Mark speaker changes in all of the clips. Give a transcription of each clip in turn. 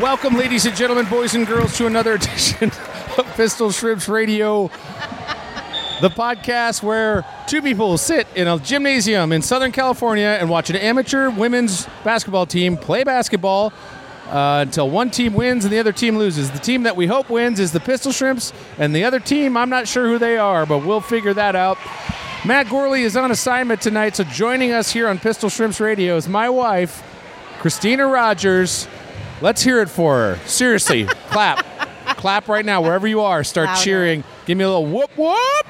Speaker 1: Welcome, ladies and gentlemen, boys and girls, to another edition of Pistol Shrimps Radio, the podcast where two people sit in a gymnasium in Southern California and watch an amateur women's basketball team play basketball uh, until one team wins and the other team loses. The team that we hope wins is the Pistol Shrimps, and the other team, I'm not sure who they are, but we'll figure that out. Matt Gorley is on assignment tonight, so joining us here on Pistol Shrimps Radio is my wife, Christina Rogers. Let's hear it for her. Seriously, clap. Clap right now, wherever you are. Start
Speaker 2: Louder.
Speaker 1: cheering. Give me a little whoop whoop.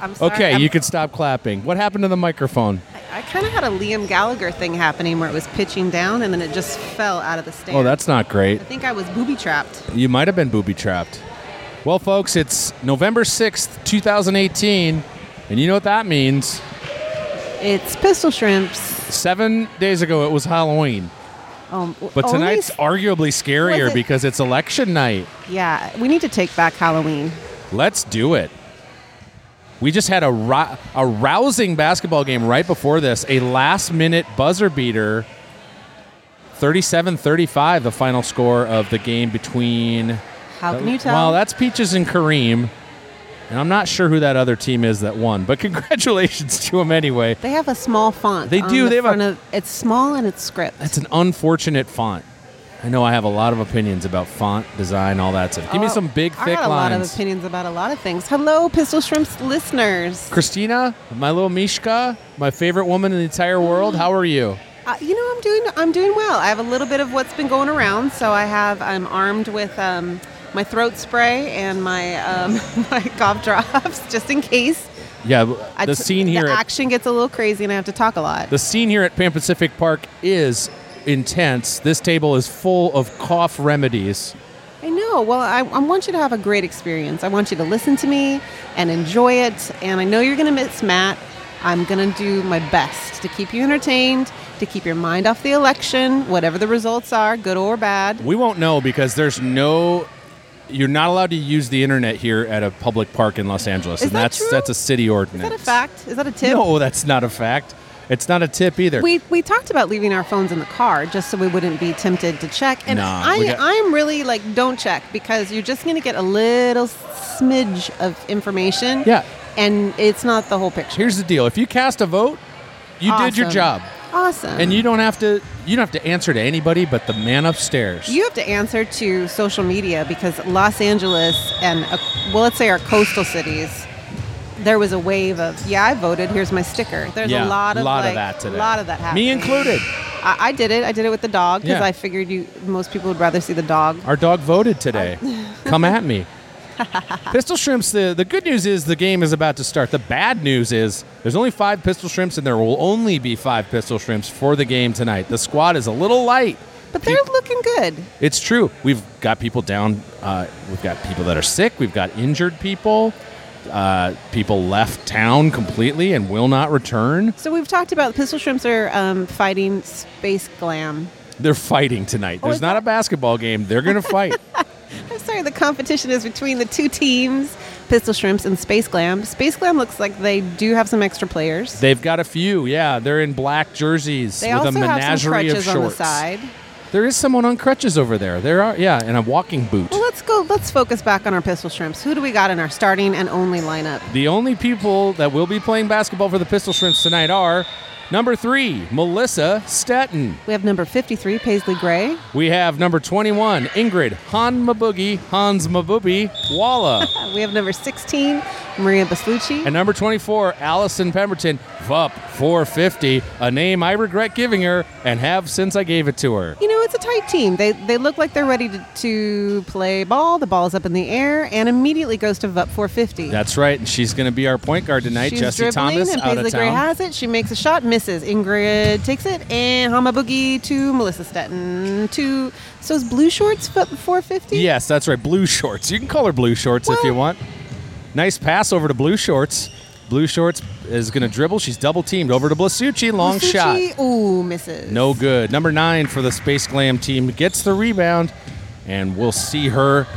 Speaker 2: I'm sorry.
Speaker 1: Okay,
Speaker 2: I'm-
Speaker 1: you can stop clapping. What happened to the microphone?
Speaker 2: I kind of had a Liam Gallagher thing happening where it was pitching down and then it just fell out of the stand.
Speaker 1: Oh, that's not great.
Speaker 2: I think I was booby trapped.
Speaker 1: You might have been booby trapped. Well, folks, it's November 6th, 2018, and you know what that means.
Speaker 2: It's pistol shrimps.
Speaker 1: Seven days ago, it was Halloween.
Speaker 2: Um,
Speaker 1: But
Speaker 2: only-
Speaker 1: tonight's arguably scarier
Speaker 2: Was it-
Speaker 1: because it's election night.
Speaker 2: yeah, we need to take back Halloween.
Speaker 1: Let's do it. We just had a, ro- a rousing basketball game right before this, a last minute buzzer beater. 37 35, the final score of the game between.
Speaker 2: How can you tell?
Speaker 1: Well, that's Peaches and Kareem. And I'm not sure who that other team is that won, but congratulations to them anyway.
Speaker 2: they have a small font.
Speaker 1: They
Speaker 2: on
Speaker 1: do,
Speaker 2: the
Speaker 1: they have a-
Speaker 2: front of, it's small and it's script.
Speaker 1: That's an unfortunate font. I know I have a lot of opinions about font design, all that stuff. Give me
Speaker 2: Oh,
Speaker 1: some big,
Speaker 2: I
Speaker 1: thick
Speaker 2: got a lot of
Speaker 1: lines.
Speaker 2: opinions about a lot of things. Hello, pistol shrimps listeners.
Speaker 1: Christina, my little Mishka, my favorite woman in the entire world. How are you?
Speaker 2: Uh, you know, I'm doing I'm doing well. I have a little bit of what's been going around, so I have I'm armed with um, my throat spray and my um, my cough drops just in case.
Speaker 1: Yeah,
Speaker 2: I
Speaker 1: the
Speaker 2: t-
Speaker 1: scene here.
Speaker 2: the
Speaker 1: at-
Speaker 2: action gets a little crazy, and I have to talk a lot.
Speaker 1: The scene here at Pan Pacific Park is intense. This table is full of cough remedies.
Speaker 2: I know. Well, I, I want you to have a great experience. I want you to listen to me and enjoy it. And I know you're going to miss Matt. I'm going to do my best to keep you entertained, to keep your mind off the election, whatever the results are, good or bad.
Speaker 1: We won't know because there's no you're not allowed to use the internet here at a public park in Los Angeles.
Speaker 2: Is
Speaker 1: and
Speaker 2: that
Speaker 1: that's
Speaker 2: true?
Speaker 1: that's a city
Speaker 2: Is
Speaker 1: ordinance.
Speaker 2: that a fact? Is that a tip?
Speaker 1: No, that's not a fact. It's not a tip either.
Speaker 2: We, we talked about leaving our phones in the car just so we wouldn't be tempted to check. And
Speaker 1: Nah,
Speaker 2: I,
Speaker 1: we got-
Speaker 2: I'm really like, don't check because you're just going to get a little smidge of information.
Speaker 1: Yeah.
Speaker 2: And it's not the whole picture.
Speaker 1: Here's the deal. If you cast a vote, you did your
Speaker 2: Awesome.
Speaker 1: job.
Speaker 2: Awesome.
Speaker 1: And you don't have to you don't have to answer to anybody but the man upstairs.
Speaker 2: You have to answer to social media because Los Angeles and, uh, well, let's say our coastal cities, there was a wave of, yeah, I voted, here's my sticker. There's
Speaker 1: yeah,
Speaker 2: a lot of, like,
Speaker 1: that today.
Speaker 2: A lot of that happening.
Speaker 1: Me included.
Speaker 2: I, I did it. I did it with the dog because
Speaker 1: Yeah.
Speaker 2: I figured you most people would rather see the dog.
Speaker 1: Our dog voted today. Come at me. pistol shrimps, the, the good news is the game is about to start. The bad news is there's only five pistol shrimps, and there will only be five pistol shrimps for the game tonight. The squad is a little light.
Speaker 2: But they're looking good.
Speaker 1: It's true. We've got people down. Uh, we've got people that are sick. We've got injured people. Uh, people left town completely and will not return.
Speaker 2: So we've talked about pistol shrimps are um, fighting space glam.
Speaker 1: They're fighting tonight.
Speaker 2: Oh,
Speaker 1: There's
Speaker 2: is
Speaker 1: not a
Speaker 2: that-
Speaker 1: basketball game. They're going to fight.
Speaker 2: I'm sorry, the competition is between the two teams, pistol shrimps and space glam. Space glam looks like they do have some extra players.
Speaker 1: They've got a few. Yeah, they're in black jerseys
Speaker 2: They
Speaker 1: with
Speaker 2: also
Speaker 1: a menagerie
Speaker 2: have some
Speaker 1: of
Speaker 2: crutches
Speaker 1: shorts.
Speaker 2: on the side.
Speaker 1: There is someone on crutches over there. There are, yeah, and a walking boot.
Speaker 2: Well, let's go. Let's focus back on our pistol shrimps. Who do we got in our starting and only lineup?
Speaker 1: The only people that will be playing basketball for the Pistol Shrimps tonight are Number three, Melissa Stetton.
Speaker 2: We have number 53, Paisley Gray.
Speaker 1: We have number 21, Ingrid Han Maboogie, Hans Mabubi Walla.
Speaker 2: We have number 16, Maria Baslucci.
Speaker 1: and number 24, Allison Pemberton, VUP 450, a name I regret giving her and have since I gave it to her.
Speaker 2: you know, it's a tight team. They, they look like they're ready to, to play ball. The ball's up in the air and immediately goes to VUP 450.
Speaker 1: That's right, and she's going to be our point guard tonight.
Speaker 2: She's
Speaker 1: Jesse
Speaker 2: dribbling
Speaker 1: Thomas
Speaker 2: and
Speaker 1: out
Speaker 2: Paisley
Speaker 1: of
Speaker 2: Gray
Speaker 1: town.
Speaker 2: has it. She makes a shot, misses. Ingrid takes it, and Hama Boogie to Melissa Stetton to. So is Blue Shorts foot 450?
Speaker 1: Yes, that's right. Blue shorts. You can call her blue shorts if you want. Nice pass over to blue shorts. Blue shorts is going to dribble. She's double teamed over to Blasucci. Long shot.
Speaker 2: Masucci, Ooh, misses.
Speaker 1: No good. Number nine for the Space Glam team gets the rebound, and we'll see her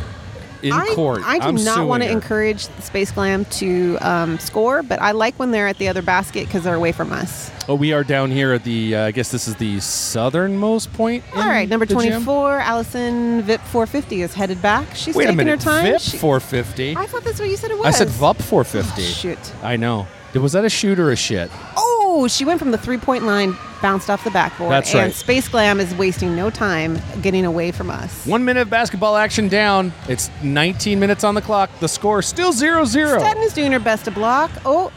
Speaker 1: in
Speaker 2: I,
Speaker 1: court.
Speaker 2: I do
Speaker 1: I'm
Speaker 2: not
Speaker 1: suing
Speaker 2: want to
Speaker 1: her.
Speaker 2: encourage the Space Glam to um, score, but I like when they're at the other basket because they're away from us.
Speaker 1: Oh, we are down here at the. Uh, I guess this is the southernmost point. in
Speaker 2: All right, number
Speaker 1: the gym?
Speaker 2: 24, Allison Vip 450 is headed back. She's
Speaker 1: Wait a
Speaker 2: taking
Speaker 1: minute.
Speaker 2: her time.
Speaker 1: VIP
Speaker 2: She-
Speaker 1: 450.
Speaker 2: I thought that's what you said it was.
Speaker 1: I said VUP 450.
Speaker 2: Oh, Shoot.
Speaker 1: I know. Did- Was that a shoot or a shit?
Speaker 2: Oh, she went from the three point line, bounced off the backboard.
Speaker 1: That's
Speaker 2: and
Speaker 1: right.
Speaker 2: Space Glam is wasting no time getting away from us.
Speaker 1: One minute of basketball action down. It's 19 minutes on the clock. The score still 0 0.
Speaker 2: Staten is doing her best to block. Oh,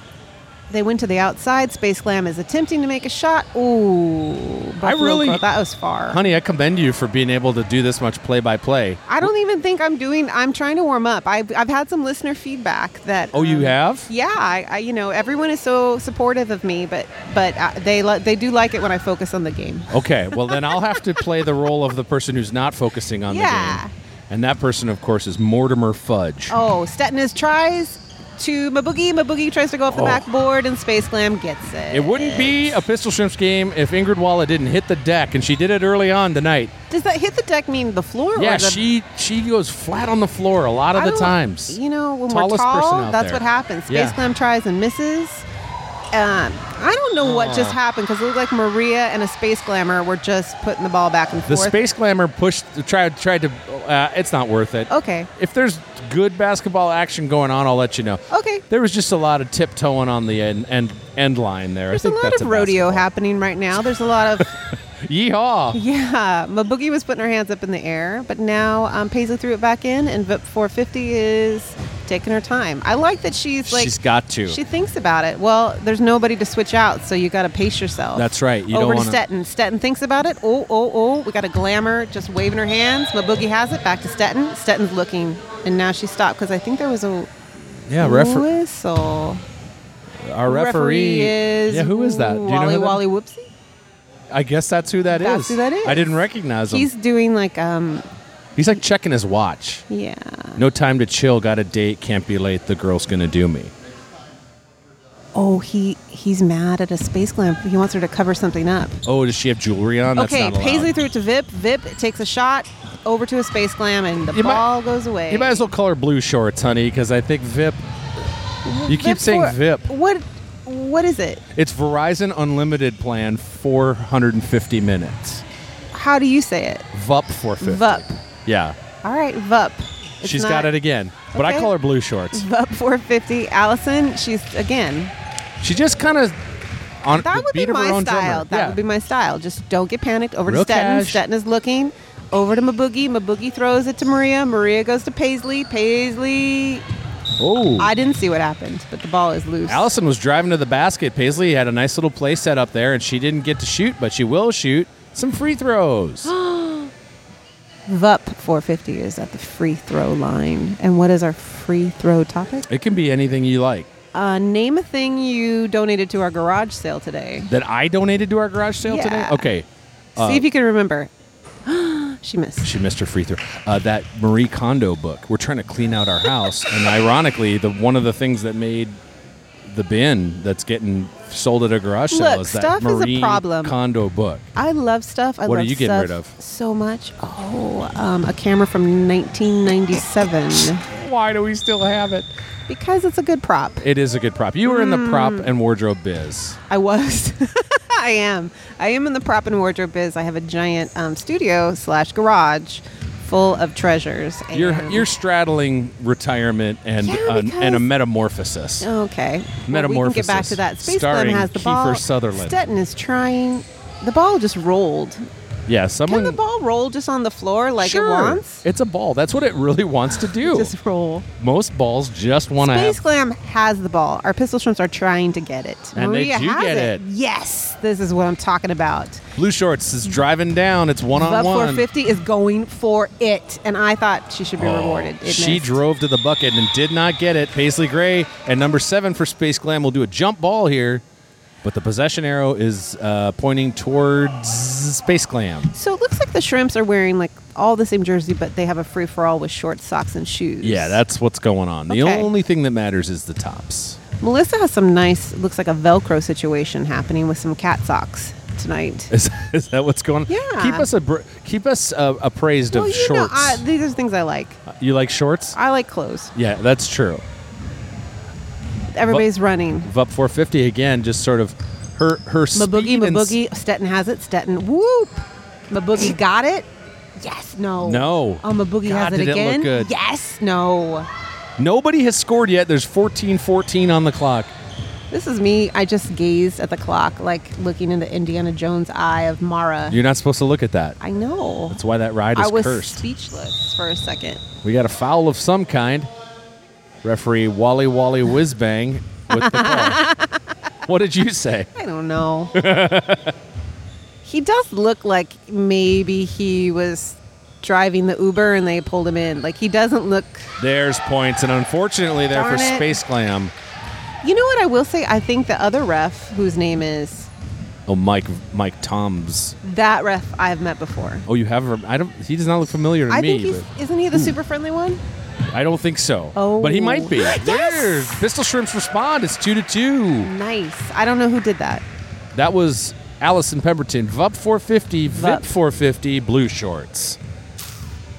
Speaker 2: they went to the outside. Space Glam is attempting to make a shot. Ooh, Buffalo
Speaker 1: really-
Speaker 2: Girl, that was far.
Speaker 1: Honey, I commend you for being able to do this much play by play.
Speaker 2: I don't even think I'm doing. I'm trying to warm up. I've, I've had some listener feedback that.
Speaker 1: Oh, you
Speaker 2: um,
Speaker 1: have?
Speaker 2: Yeah, I, I you know everyone is so supportive of me, but but uh, they li- they do like it when I focus on the game.
Speaker 1: Okay, well then I'll have to play the role of the person who's not focusing on
Speaker 2: Yeah.
Speaker 1: the game. And that person, of course, is Mortimer Fudge.
Speaker 2: Oh, Stetness tries to Maboogie. Maboogie tries to go off the
Speaker 1: Oh.
Speaker 2: backboard, and Space Glam gets it.
Speaker 1: It wouldn't be a Pistol Shrimps game if Ingrid Walla didn't hit the deck, and she did it early on tonight.
Speaker 2: Does that hit the deck mean the floor?
Speaker 1: yeah,
Speaker 2: or the,
Speaker 1: she she goes flat on the floor a lot of
Speaker 2: I
Speaker 1: the
Speaker 2: don't-
Speaker 1: times.
Speaker 2: You know, when
Speaker 1: Tallest
Speaker 2: we're
Speaker 1: person
Speaker 2: tall,
Speaker 1: out
Speaker 2: that's
Speaker 1: there.
Speaker 2: what happens. Space
Speaker 1: Yeah.
Speaker 2: Glam tries and misses. Um, I don't know what just happened because it looked like Maria and a Space Glamour were just putting the ball back and
Speaker 1: the
Speaker 2: forth.
Speaker 1: Space Glamour pushed tried tried to. Uh, it's not worth it.
Speaker 2: Okay.
Speaker 1: If there's good basketball action going on, I'll let you know.
Speaker 2: Okay.
Speaker 1: There was just a lot of tiptoeing on the end end, end line there.
Speaker 2: There's
Speaker 1: I
Speaker 2: a
Speaker 1: think
Speaker 2: lot
Speaker 1: that's
Speaker 2: of rodeo
Speaker 1: basketball.
Speaker 2: happening right now. There's a lot of
Speaker 1: Yeehaw!
Speaker 2: yeah. Maboogie was putting her hands up in the air, but now um, Paisley threw it back in, and VIP 450 is taking her time. I like that she's like
Speaker 1: She's got to.
Speaker 2: She thinks about it. Well, there's nobody to switch out, so you got to pace yourself.
Speaker 1: That's right. You
Speaker 2: Over
Speaker 1: don't
Speaker 2: to
Speaker 1: wanna-
Speaker 2: Stetton. Stetton thinks about it. Oh, oh, oh. We got a glamour just waving her hands. My boogie has it. Back to Stetton. Stetton's looking, and now she stopped because I think there was a
Speaker 1: yeah, refer-
Speaker 2: whistle.
Speaker 1: Our referee,
Speaker 2: is
Speaker 1: yeah, who is that? Do you
Speaker 2: Wally
Speaker 1: know who that-
Speaker 2: Wally Whoopsie.
Speaker 1: I guess that's who that is.
Speaker 2: That's who that is.
Speaker 1: I didn't recognize him.
Speaker 2: He's
Speaker 1: He's,
Speaker 2: doing like um
Speaker 1: like checking his watch.
Speaker 2: yeah.
Speaker 1: No time to chill. Got a date. Can't be late. The girl's gonna do me.
Speaker 2: Oh, he he's mad at a space glam. He wants her to cover something up.
Speaker 1: Oh, does she have jewelry on? That's
Speaker 2: okay,
Speaker 1: not allowed.
Speaker 2: Paisley threw it to Vip. Vip takes a shot over to a space glam, and the
Speaker 1: You might-
Speaker 2: ball goes away.
Speaker 1: You might as well call her blue shorts, honey, because I think Vip. You keep
Speaker 2: Vip
Speaker 1: saying
Speaker 2: for-
Speaker 1: Vip.
Speaker 2: What? What is it?
Speaker 1: It's Verizon Unlimited plan, 450 minutes.
Speaker 2: How do you say it?
Speaker 1: VUP 450.
Speaker 2: Vup.
Speaker 1: Yeah,
Speaker 2: All right, Vup. It's
Speaker 1: she's
Speaker 2: not-
Speaker 1: got it again. But I
Speaker 2: Okay.
Speaker 1: call her blue shorts.
Speaker 2: Vup 450. Allison, she's again.
Speaker 1: She just kind of on
Speaker 2: That would
Speaker 1: beat
Speaker 2: be
Speaker 1: of her
Speaker 2: my
Speaker 1: own drummer.
Speaker 2: style. That
Speaker 1: Yeah.
Speaker 2: would be my style. Just don't get panicked. Over
Speaker 1: Real
Speaker 2: to Stetton.
Speaker 1: cash.
Speaker 2: Stetton is looking. Over to Maboogie. Maboogie throws it to Maria. Maria goes to Paisley. Paisley.
Speaker 1: Oh.
Speaker 2: I didn't see what happened, but the ball is loose.
Speaker 1: Allison was driving to the basket. Paisley had a nice little play set up there, and she didn't get to shoot, but she will shoot some free throws.
Speaker 2: Vup 450 is at the free throw line. And what is our free throw topic?
Speaker 1: it can be anything you like.
Speaker 2: Uh, name a thing you donated to our garage sale today.
Speaker 1: That I donated to our garage sale today?
Speaker 2: Yeah.
Speaker 1: Okay.
Speaker 2: See
Speaker 1: Uh,
Speaker 2: if you can remember. she missed.
Speaker 1: She missed her free throw. Uh, that Marie Kondo book. We're trying to clean out our house, and ironically, the one of the things that made the bin that's getting sold at a garage sale
Speaker 2: Look,
Speaker 1: is that
Speaker 2: stuff is a
Speaker 1: Marie
Speaker 2: problem.
Speaker 1: Kondo book.
Speaker 2: I love stuff. I
Speaker 1: What are
Speaker 2: love
Speaker 1: you getting rid
Speaker 2: stuff
Speaker 1: of?
Speaker 2: So much. Oh, um, a camera from 1997
Speaker 1: Why do we still have it?
Speaker 2: because it's a good prop.
Speaker 1: It is a good prop. You were in the prop
Speaker 2: Mm.
Speaker 1: and wardrobe biz.
Speaker 2: I was. I am. I am in the prop and wardrobe biz. I have a giant um, studio slash garage full of treasures. And
Speaker 1: You're you're straddling retirement and
Speaker 2: Yeah,
Speaker 1: an, and a
Speaker 2: because-
Speaker 1: metamorphosis.
Speaker 2: Okay. Well, we can
Speaker 1: Metamorphosis,
Speaker 2: get back to that. Space
Speaker 1: starring
Speaker 2: Glam has the ball.
Speaker 1: Kiefer Sutherland.
Speaker 2: Stetton is trying. The ball just rolled.
Speaker 1: Yeah,
Speaker 2: Can
Speaker 1: someone
Speaker 2: the ball roll just on the floor like
Speaker 1: Hmm. sure.
Speaker 2: it wants?
Speaker 1: It's a ball. That's what it really wants to do.
Speaker 2: Just roll.
Speaker 1: Most balls just want to
Speaker 2: Space
Speaker 1: have.
Speaker 2: Glam has the ball. Our pistol shrimps are trying to get it.
Speaker 1: And they
Speaker 2: Maria
Speaker 1: do
Speaker 2: has
Speaker 1: get it.
Speaker 2: Yes, this is what I'm talking about.
Speaker 1: Blue shorts is driving down. It's one
Speaker 2: the
Speaker 1: on one.
Speaker 2: 450 is going for it, and I thought she should be rewarded. It
Speaker 1: she
Speaker 2: missed.
Speaker 1: drove to the bucket and did not get it. Paisley Gray and number seven for Space Glam will do a jump ball here, but the possession arrow is uh, pointing towards Space Glam.
Speaker 2: So it looks like the shrimps are wearing like all the same jersey, but they have a free for all with shorts, socks, and shoes.
Speaker 1: Yeah, that's what's going on. The
Speaker 2: Okay.
Speaker 1: only thing that matters is the tops.
Speaker 2: Melissa has some nice, looks like a Velcro situation happening with some cat socks tonight.
Speaker 1: Is, is that what's going on?
Speaker 2: Yeah.
Speaker 1: Keep us abr- keep us uh, appraised
Speaker 2: well,
Speaker 1: of
Speaker 2: you
Speaker 1: shorts.
Speaker 2: know, I, these are things I like.
Speaker 1: you like shorts?
Speaker 2: I like clothes.
Speaker 1: yeah, that's true.
Speaker 2: Everybody's running.
Speaker 1: Vup 450 again, just sort of her her
Speaker 2: Maboogie,
Speaker 1: speed and s-
Speaker 2: Maboogie. Stetton has it. Stetton, whoop. Maboogie got it. Yes, no.
Speaker 1: No.
Speaker 2: Oh, Maboogie
Speaker 1: God,
Speaker 2: has it
Speaker 1: did it look
Speaker 2: again.
Speaker 1: good.
Speaker 2: Yes, no.
Speaker 1: Nobody has scored yet. There's 14-14 on the clock.
Speaker 2: This is me. I just gazed at the clock, like looking in the Indiana Jones eye of Mara.
Speaker 1: You're not supposed to look at that.
Speaker 2: I know.
Speaker 1: That's why that ride is
Speaker 2: I was
Speaker 1: cursed.
Speaker 2: speechless for a second.
Speaker 1: we got a foul of some kind. Referee Wally Wally Whizbang with the call. what did you say?
Speaker 2: I don't know. he does look like maybe he was driving the Uber and they pulled him in. Like he doesn't look.
Speaker 1: There's points, and unfortunately, there for
Speaker 2: Darn it.
Speaker 1: Space Glam.
Speaker 2: You know what I will say? I think the other ref, whose name is
Speaker 1: Oh, Mike Mike Toms.
Speaker 2: that ref I've met before.
Speaker 1: Oh, you have. Her, I don't. He does not look familiar to
Speaker 2: I
Speaker 1: me. hmm.
Speaker 2: think he's isn't he the super friendly one?
Speaker 1: but I don't think so.
Speaker 2: Oh.
Speaker 1: but he might be.
Speaker 2: Yes!
Speaker 1: There, Pistol Shrimps respond. It's two to two.
Speaker 2: Nice. I don't know who did that.
Speaker 1: That was Allison Pemberton. Vup 450. Vip
Speaker 2: Vup.
Speaker 1: 450. Blue shorts.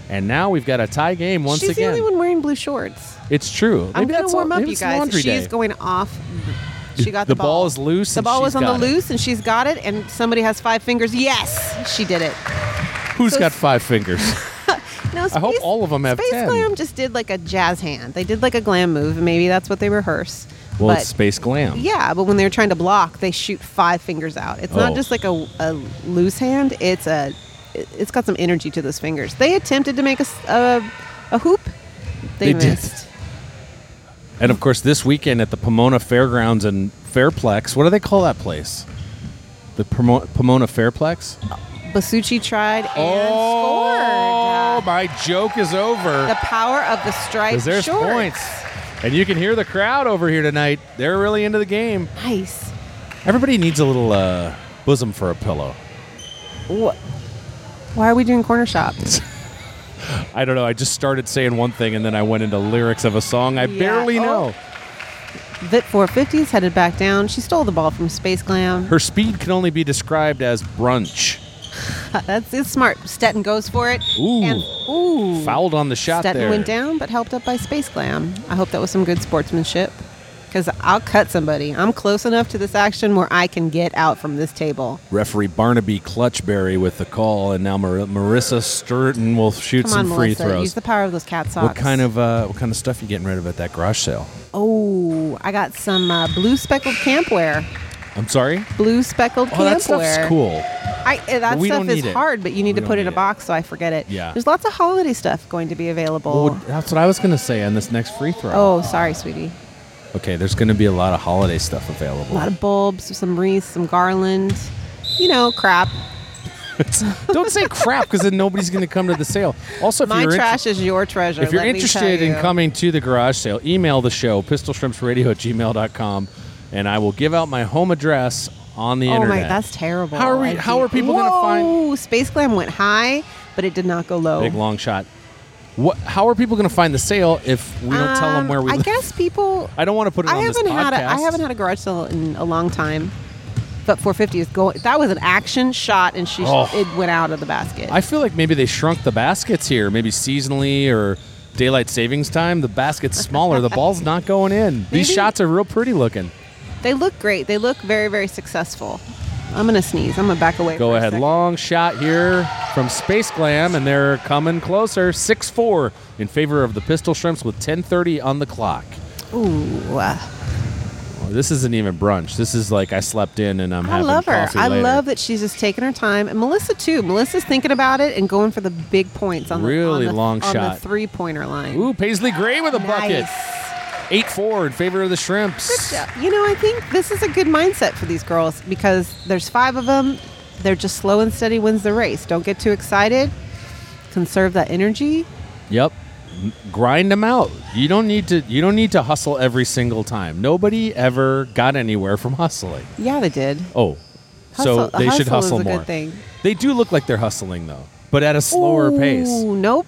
Speaker 1: And now we've got a tie game once
Speaker 2: She's
Speaker 1: again.
Speaker 2: the only one wearing blue shorts.
Speaker 1: It's true.
Speaker 2: I'm
Speaker 1: Maybe
Speaker 2: gonna
Speaker 1: that's
Speaker 2: warm
Speaker 1: all-
Speaker 2: up,
Speaker 1: maybe
Speaker 2: you
Speaker 1: it's
Speaker 2: guys.
Speaker 1: laundry
Speaker 2: She's
Speaker 1: day.
Speaker 2: going off. She got
Speaker 1: The
Speaker 2: the,
Speaker 1: ball is loose
Speaker 2: The
Speaker 1: and
Speaker 2: ball
Speaker 1: she's
Speaker 2: was on the
Speaker 1: got it.
Speaker 2: loose, and she's got it. And somebody has five fingers. Yes, she did it.
Speaker 1: Who's
Speaker 2: So
Speaker 1: got
Speaker 2: s-
Speaker 1: five fingers?
Speaker 2: No, space,
Speaker 1: hope all of 'em have
Speaker 2: Space
Speaker 1: 10.
Speaker 2: Glam just did like a jazz hand. They did like a glam move, and maybe that's what they rehearse.
Speaker 1: well,
Speaker 2: but
Speaker 1: it's Space Glam.
Speaker 2: yeah, but when they're trying to block, they shoot five fingers out. It's
Speaker 1: Oh.
Speaker 2: not just like a, a loose hand. It's a it- it's got some energy to those fingers. They attempted to make a s- a, a hoop. They,
Speaker 1: They did.
Speaker 2: missed.
Speaker 1: And of course, this weekend at the Pomona Fairgrounds and Fairplex, what do they call that place? The Pomo- Pomona Fairplex?
Speaker 2: Basucci tried and
Speaker 1: oh,
Speaker 2: scored. Uh,
Speaker 1: my joke is over.
Speaker 2: the power of the striped
Speaker 1: Because there's
Speaker 2: shorts.
Speaker 1: points. And you can hear the crowd over here tonight. They're really into the game.
Speaker 2: Nice.
Speaker 1: Everybody needs a little uh, bosom for a pillow.
Speaker 2: Wha Why are we doing corner shop?
Speaker 1: I don't know. I just started saying one thing and then I went into lyrics of a song I
Speaker 2: Yeah.
Speaker 1: barely
Speaker 2: Oh.
Speaker 1: know.
Speaker 2: Vit 450 is headed back down. She stole the ball from Space Glam.
Speaker 1: Her speed can only be described as brunch.
Speaker 2: That's it's smart. Stetton goes for it.
Speaker 1: Ooh.
Speaker 2: And, ooh.
Speaker 1: Fouled on the shot
Speaker 2: Stetton
Speaker 1: there.
Speaker 2: went down, but helped up by Space Glam. I hope that was some good sportsmanship. Because I'll cut somebody. I'm close enough to this action where I can get out from this table.
Speaker 1: Referee Barnaby Clutchberry with the call, and now Mar- Marissa Sturton will shoot
Speaker 2: Come
Speaker 1: some
Speaker 2: on,
Speaker 1: free
Speaker 2: Melissa.
Speaker 1: throws.
Speaker 2: Use the power of those cat socks.
Speaker 1: what kind of uh, what kind of stuff you getting rid of at that garage sale?
Speaker 2: Oh, I got some uh, blue speckled campwear.
Speaker 1: I'm sorry.
Speaker 2: Blue speckled
Speaker 1: Oh,
Speaker 2: campwear.
Speaker 1: that stuff's cool.
Speaker 2: I, uh, that
Speaker 1: We
Speaker 2: stuff
Speaker 1: don't
Speaker 2: is
Speaker 1: need it.
Speaker 2: hard, but you
Speaker 1: We
Speaker 2: need to
Speaker 1: don't
Speaker 2: put it
Speaker 1: need
Speaker 2: in a
Speaker 1: it.
Speaker 2: box so I forget it.
Speaker 1: Yeah.
Speaker 2: There's lots of holiday stuff going to be available.
Speaker 1: Well, that's what I was going to say on this next free throw.
Speaker 2: oh, sorry, sweetie.
Speaker 1: Okay, there's going to be a lot of holiday stuff
Speaker 2: A
Speaker 1: available.
Speaker 2: lot of bulbs, some wreaths, some garland. You know, crap.
Speaker 1: Don't say crap because then nobody's going to come to the sale. Also, if
Speaker 2: My
Speaker 1: you're,
Speaker 2: trash is your treasure.
Speaker 1: if you're
Speaker 2: let me tell
Speaker 1: interested in
Speaker 2: you.
Speaker 1: coming to the garage sale, email the show, pistolshrimpsradio at gmail.com, and I will give out my home address on the
Speaker 2: oh
Speaker 1: internet.
Speaker 2: my, that's terrible.
Speaker 1: How are we-
Speaker 2: I
Speaker 1: how
Speaker 2: do-
Speaker 1: are people gonna find-
Speaker 2: Whoa, Space Glam went high, but it did not go low.
Speaker 1: Big long shot. What, how are people going to find the sale if we don't tell them
Speaker 2: Um,
Speaker 1: where we
Speaker 2: I
Speaker 1: live?
Speaker 2: guess people.
Speaker 1: I don't want to put it
Speaker 2: I
Speaker 1: on
Speaker 2: haven't
Speaker 1: this
Speaker 2: had a,
Speaker 1: podcast.
Speaker 2: I haven't had a garage sale in a long time. But 450 is going. That was an action shot, and she
Speaker 1: Oh.
Speaker 2: it went out of the basket.
Speaker 1: I feel like maybe they shrunk the baskets here, maybe seasonally or daylight savings time. The basket's smaller. the ball's not going in. These
Speaker 2: Maybe-
Speaker 1: shots are real pretty looking.
Speaker 2: they look great. They look very very successful. I'm gonna sneeze. I'm gonna back away.
Speaker 1: Go
Speaker 2: for a
Speaker 1: ahead.
Speaker 2: second.
Speaker 1: Long shot here from Space Glam, and they're coming closer. 6 4 in favor of the Pistol Shrimps with 10.30 on the clock.
Speaker 2: Ooh, uh,
Speaker 1: Oh, This isn't even brunch. This is like I slept in and I'm
Speaker 2: I
Speaker 1: having
Speaker 2: love her.
Speaker 1: coffee
Speaker 2: I
Speaker 1: later.
Speaker 2: love that she's just taking her time, and Melissa too. Melissa's thinking about it and going for the big points on the- on the
Speaker 1: Really long
Speaker 2: on
Speaker 1: shot.
Speaker 2: the three pointer line.
Speaker 1: Ooh, Paisley Gray with a bucket.
Speaker 2: Nice.
Speaker 1: 8 4 in favor of the Shrimps.
Speaker 2: Yeah, You know, I think this is a good mindset for these girls because there's five of them. They're just slow and steady wins the race. Don't get too excited. Conserve that energy.
Speaker 1: Yep. M- Grind them out. You don't need to you don't need to hustle every single time. Nobody ever got anywhere from hustling.
Speaker 2: Yeah, they did.
Speaker 1: Oh. so
Speaker 2: Hustle-
Speaker 1: they should
Speaker 2: hustle is
Speaker 1: hustle
Speaker 2: a good
Speaker 1: more.
Speaker 2: thing.
Speaker 1: They do look like they're hustling though, but at a slower
Speaker 2: Ooh,
Speaker 1: pace.
Speaker 2: Nope.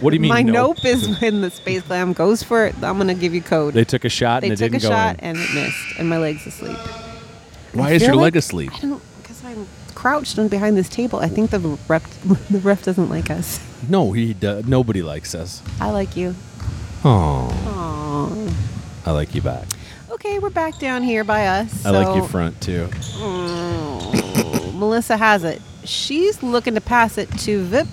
Speaker 1: What do you mean?
Speaker 2: My
Speaker 1: no?
Speaker 2: nope, is when the space glam goes for it. I'm gonna give you code.
Speaker 1: They took a shot
Speaker 2: They
Speaker 1: and it
Speaker 2: took
Speaker 1: didn't
Speaker 2: a
Speaker 1: go
Speaker 2: shot
Speaker 1: in.
Speaker 2: and it missed, and my legs asleep.
Speaker 1: Why
Speaker 2: I
Speaker 1: is
Speaker 2: feel
Speaker 1: your
Speaker 2: like-
Speaker 1: leg asleep?
Speaker 2: I don't because I'm crouched on behind this table. I think the ref the ref doesn't like us.
Speaker 1: No, he do- nobody likes us.
Speaker 2: I like you.
Speaker 1: Oh,
Speaker 2: Aww.
Speaker 1: I like you back.
Speaker 2: Okay, we're back down here by us.
Speaker 1: I like you
Speaker 2: so-
Speaker 1: front too.
Speaker 2: Melissa has it. She's looking to pass it to Vip,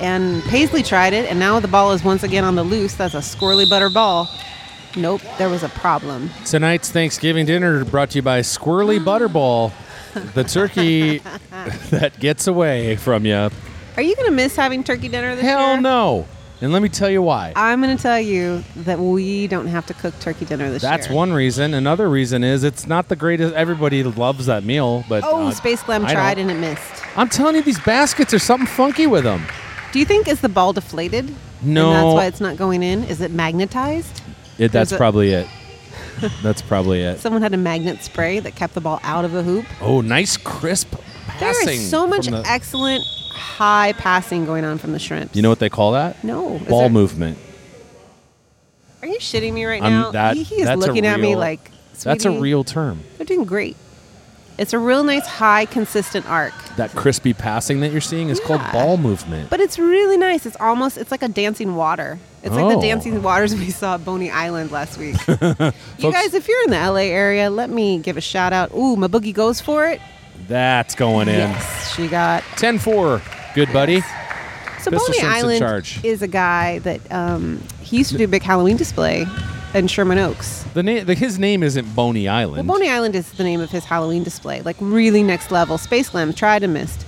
Speaker 2: and Paisley tried it, and now the ball is once again on the loose. That's a squirrely butter ball. Nope, there was a problem.
Speaker 1: Tonight's Thanksgiving dinner brought to you by Squirrely Butterball, the turkey that gets away from you.
Speaker 2: Are you going to miss having turkey dinner this year?
Speaker 1: Hell no! And let me tell you why.
Speaker 2: I'm going to tell you that we don't have to cook turkey dinner this year.
Speaker 1: That's one reason. Another reason is it's not the greatest. Everybody loves that meal, but
Speaker 2: Oh,
Speaker 1: uh,
Speaker 2: Space Glam
Speaker 1: I
Speaker 2: tried
Speaker 1: don't.
Speaker 2: and it missed.
Speaker 1: I'm telling you, these baskets are something funky with them.
Speaker 2: Do you think is the ball deflated?
Speaker 1: No.
Speaker 2: And that's why it's not going in. Is it magnetized?
Speaker 1: It, that's
Speaker 2: There's a-
Speaker 1: probably it. That's probably it.
Speaker 2: Someone had a magnet spray that kept the ball out of the hoop.
Speaker 1: Oh, nice crisp
Speaker 2: There
Speaker 1: passing.
Speaker 2: is so much
Speaker 1: from the-
Speaker 2: excellent high passing going on from the shrimps.
Speaker 1: you know what they call that?
Speaker 2: No. Is
Speaker 1: Ball
Speaker 2: there-
Speaker 1: movement.
Speaker 2: Are you shitting me right
Speaker 1: I'm-
Speaker 2: now?
Speaker 1: that-
Speaker 2: he, he is
Speaker 1: that's a
Speaker 2: looking at me
Speaker 1: real-
Speaker 2: like,
Speaker 1: That's a
Speaker 2: "Sweetie,
Speaker 1: real term.
Speaker 2: They're doing great. It's a real nice, high, consistent arc.
Speaker 1: That crispy passing that you're seeing is called
Speaker 2: Yeah.
Speaker 1: ball movement.
Speaker 2: But it's really nice. It's almost, it's like a dancing water. It's like
Speaker 1: Oh.
Speaker 2: the dancing waters we saw at Boney Island last week. you
Speaker 1: Folks-
Speaker 2: guys, if you're in the LA area, let me give a shout out. Ooh, my boogie goes for it.
Speaker 1: that's going in.
Speaker 2: Yes, she got.
Speaker 1: 10 4. Good buddy.
Speaker 2: So
Speaker 1: Pistol
Speaker 2: Boney
Speaker 1: Shrimp's in
Speaker 2: Island
Speaker 1: charge.
Speaker 2: is a guy that um, he used to do a big Halloween display in Sherman Oaks.
Speaker 1: The name the, his name isn't Boney Island.
Speaker 2: Well, Boney Island is the name of his Halloween display. Like really next level. Space Glam tried and missed.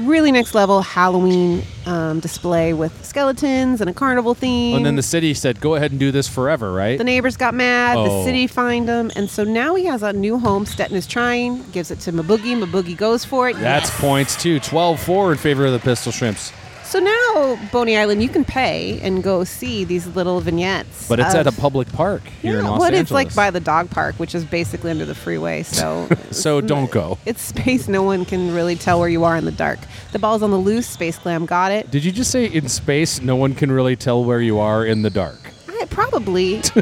Speaker 2: Really next level Halloween um, display with skeletons and a carnival theme.
Speaker 1: and then the city said, "Go ahead and do this forever," right?
Speaker 2: The neighbors got mad.
Speaker 1: Oh.
Speaker 2: The city fined him, and so now he has a new home. Stetton is trying, gives it to Maboogie. Maboogie goes for it.
Speaker 1: That's
Speaker 2: Yes.
Speaker 1: points too. 12-4 in favor of the Pistol Shrimps.
Speaker 2: So now Boney Island, you can pay and go see these little vignettes.
Speaker 1: But it's
Speaker 2: of-
Speaker 1: at a public park here in
Speaker 2: Yeah,
Speaker 1: Los
Speaker 2: what
Speaker 1: Angeles.
Speaker 2: it's like by the dog park, which is basically under the freeway. So
Speaker 1: So don't go.
Speaker 2: It's space no one can really tell where you are in the dark. The ball's on the loose. Space Glam got it.
Speaker 1: Did you just say in space no one can really tell where you are in the dark?
Speaker 2: I, probably.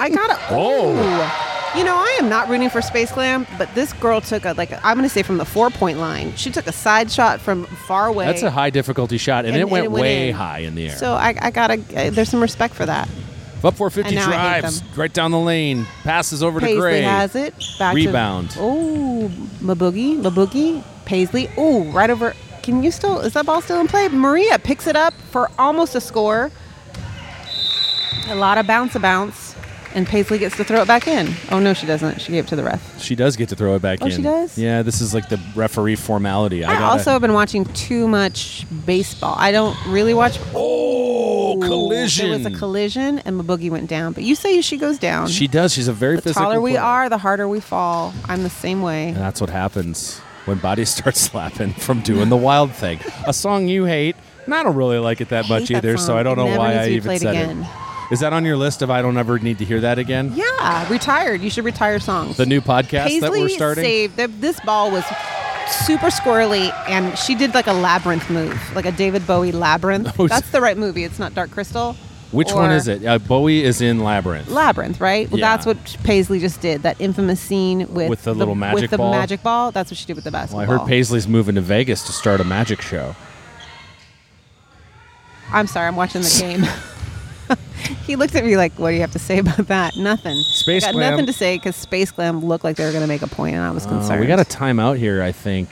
Speaker 2: I got it.
Speaker 1: Oh.
Speaker 2: You know, I am not rooting for Space Glam, but this girl took a, like, I'm going to say from the four point line. She took a side shot from far away.
Speaker 1: That's a high difficulty shot, and,
Speaker 2: And-
Speaker 1: it
Speaker 2: and
Speaker 1: went
Speaker 2: it went
Speaker 1: way
Speaker 2: in.
Speaker 1: high in the air.
Speaker 2: So I, I got to, there's some respect for that.
Speaker 1: Up 450
Speaker 2: And now I hate
Speaker 1: drives
Speaker 2: them.
Speaker 1: right down the lane, passes over to
Speaker 2: Paisley
Speaker 1: Gray.
Speaker 2: has it. Back
Speaker 1: Rebound.
Speaker 2: To, oh, Maboogie, Maboogie, Paisley. Oh, right over. Can you still? Is that ball still in play? Maria picks it up for almost a score. A lot of bounce a bounce, and Paisley gets to throw it back in. Oh no, she doesn't. She gave it to the ref.
Speaker 1: She does get to throw it back
Speaker 2: Oh,
Speaker 1: in.
Speaker 2: she does?
Speaker 1: Yeah, this is like the referee formality. I,
Speaker 2: I,
Speaker 1: gotta-
Speaker 2: also have been watching too much baseball. I don't really watch.
Speaker 1: Oh, collision.
Speaker 2: It was a collision, and Maboogie went down. But you say she goes down.
Speaker 1: She does. She's a very
Speaker 2: the
Speaker 1: physical.
Speaker 2: taller we
Speaker 1: player.
Speaker 2: are, the harder we fall. I'm the same way.
Speaker 1: And that's what happens when bodies start slapping from doing the wild thing. A song you hate, and I don't really like it that much
Speaker 2: hate that
Speaker 1: either, so
Speaker 2: song.
Speaker 1: I don't
Speaker 2: It
Speaker 1: know
Speaker 2: never
Speaker 1: why
Speaker 2: needs
Speaker 1: I
Speaker 2: to be
Speaker 1: even
Speaker 2: played
Speaker 1: said
Speaker 2: again.
Speaker 1: it. Is that on your list of I don't ever need to hear that again?
Speaker 2: Yeah, retired. You should retire songs.
Speaker 1: The new podcast
Speaker 2: Paisley
Speaker 1: that we're starting?
Speaker 2: saved. th- This ball was super squirrely, and she did like a labyrinth move, like a David Bowie labyrinth.
Speaker 1: Oh,
Speaker 2: That's the right movie. It's not Dark Crystal.
Speaker 1: Which
Speaker 2: or
Speaker 1: one is it? Uh, Bowie is in Labyrinth.
Speaker 2: Labyrinth, right? Well,
Speaker 1: Yeah.
Speaker 2: that's what Paisley just did. That infamous scene with,
Speaker 1: With the little magic
Speaker 2: with the
Speaker 1: ball?
Speaker 2: magic ball. That's what she did with the basketball.
Speaker 1: well, I heard Paisley's moving to Vegas to start a magic show.
Speaker 2: I'm sorry, I'm watching the game. He looked at me like, "What do you have to say about that?" Nothing.
Speaker 1: Space
Speaker 2: I got
Speaker 1: Glam.
Speaker 2: nothing to say because Space Glam looked like they were going to make a point, and I was
Speaker 1: Uh,
Speaker 2: concerned.
Speaker 1: we got a timeout here, I think.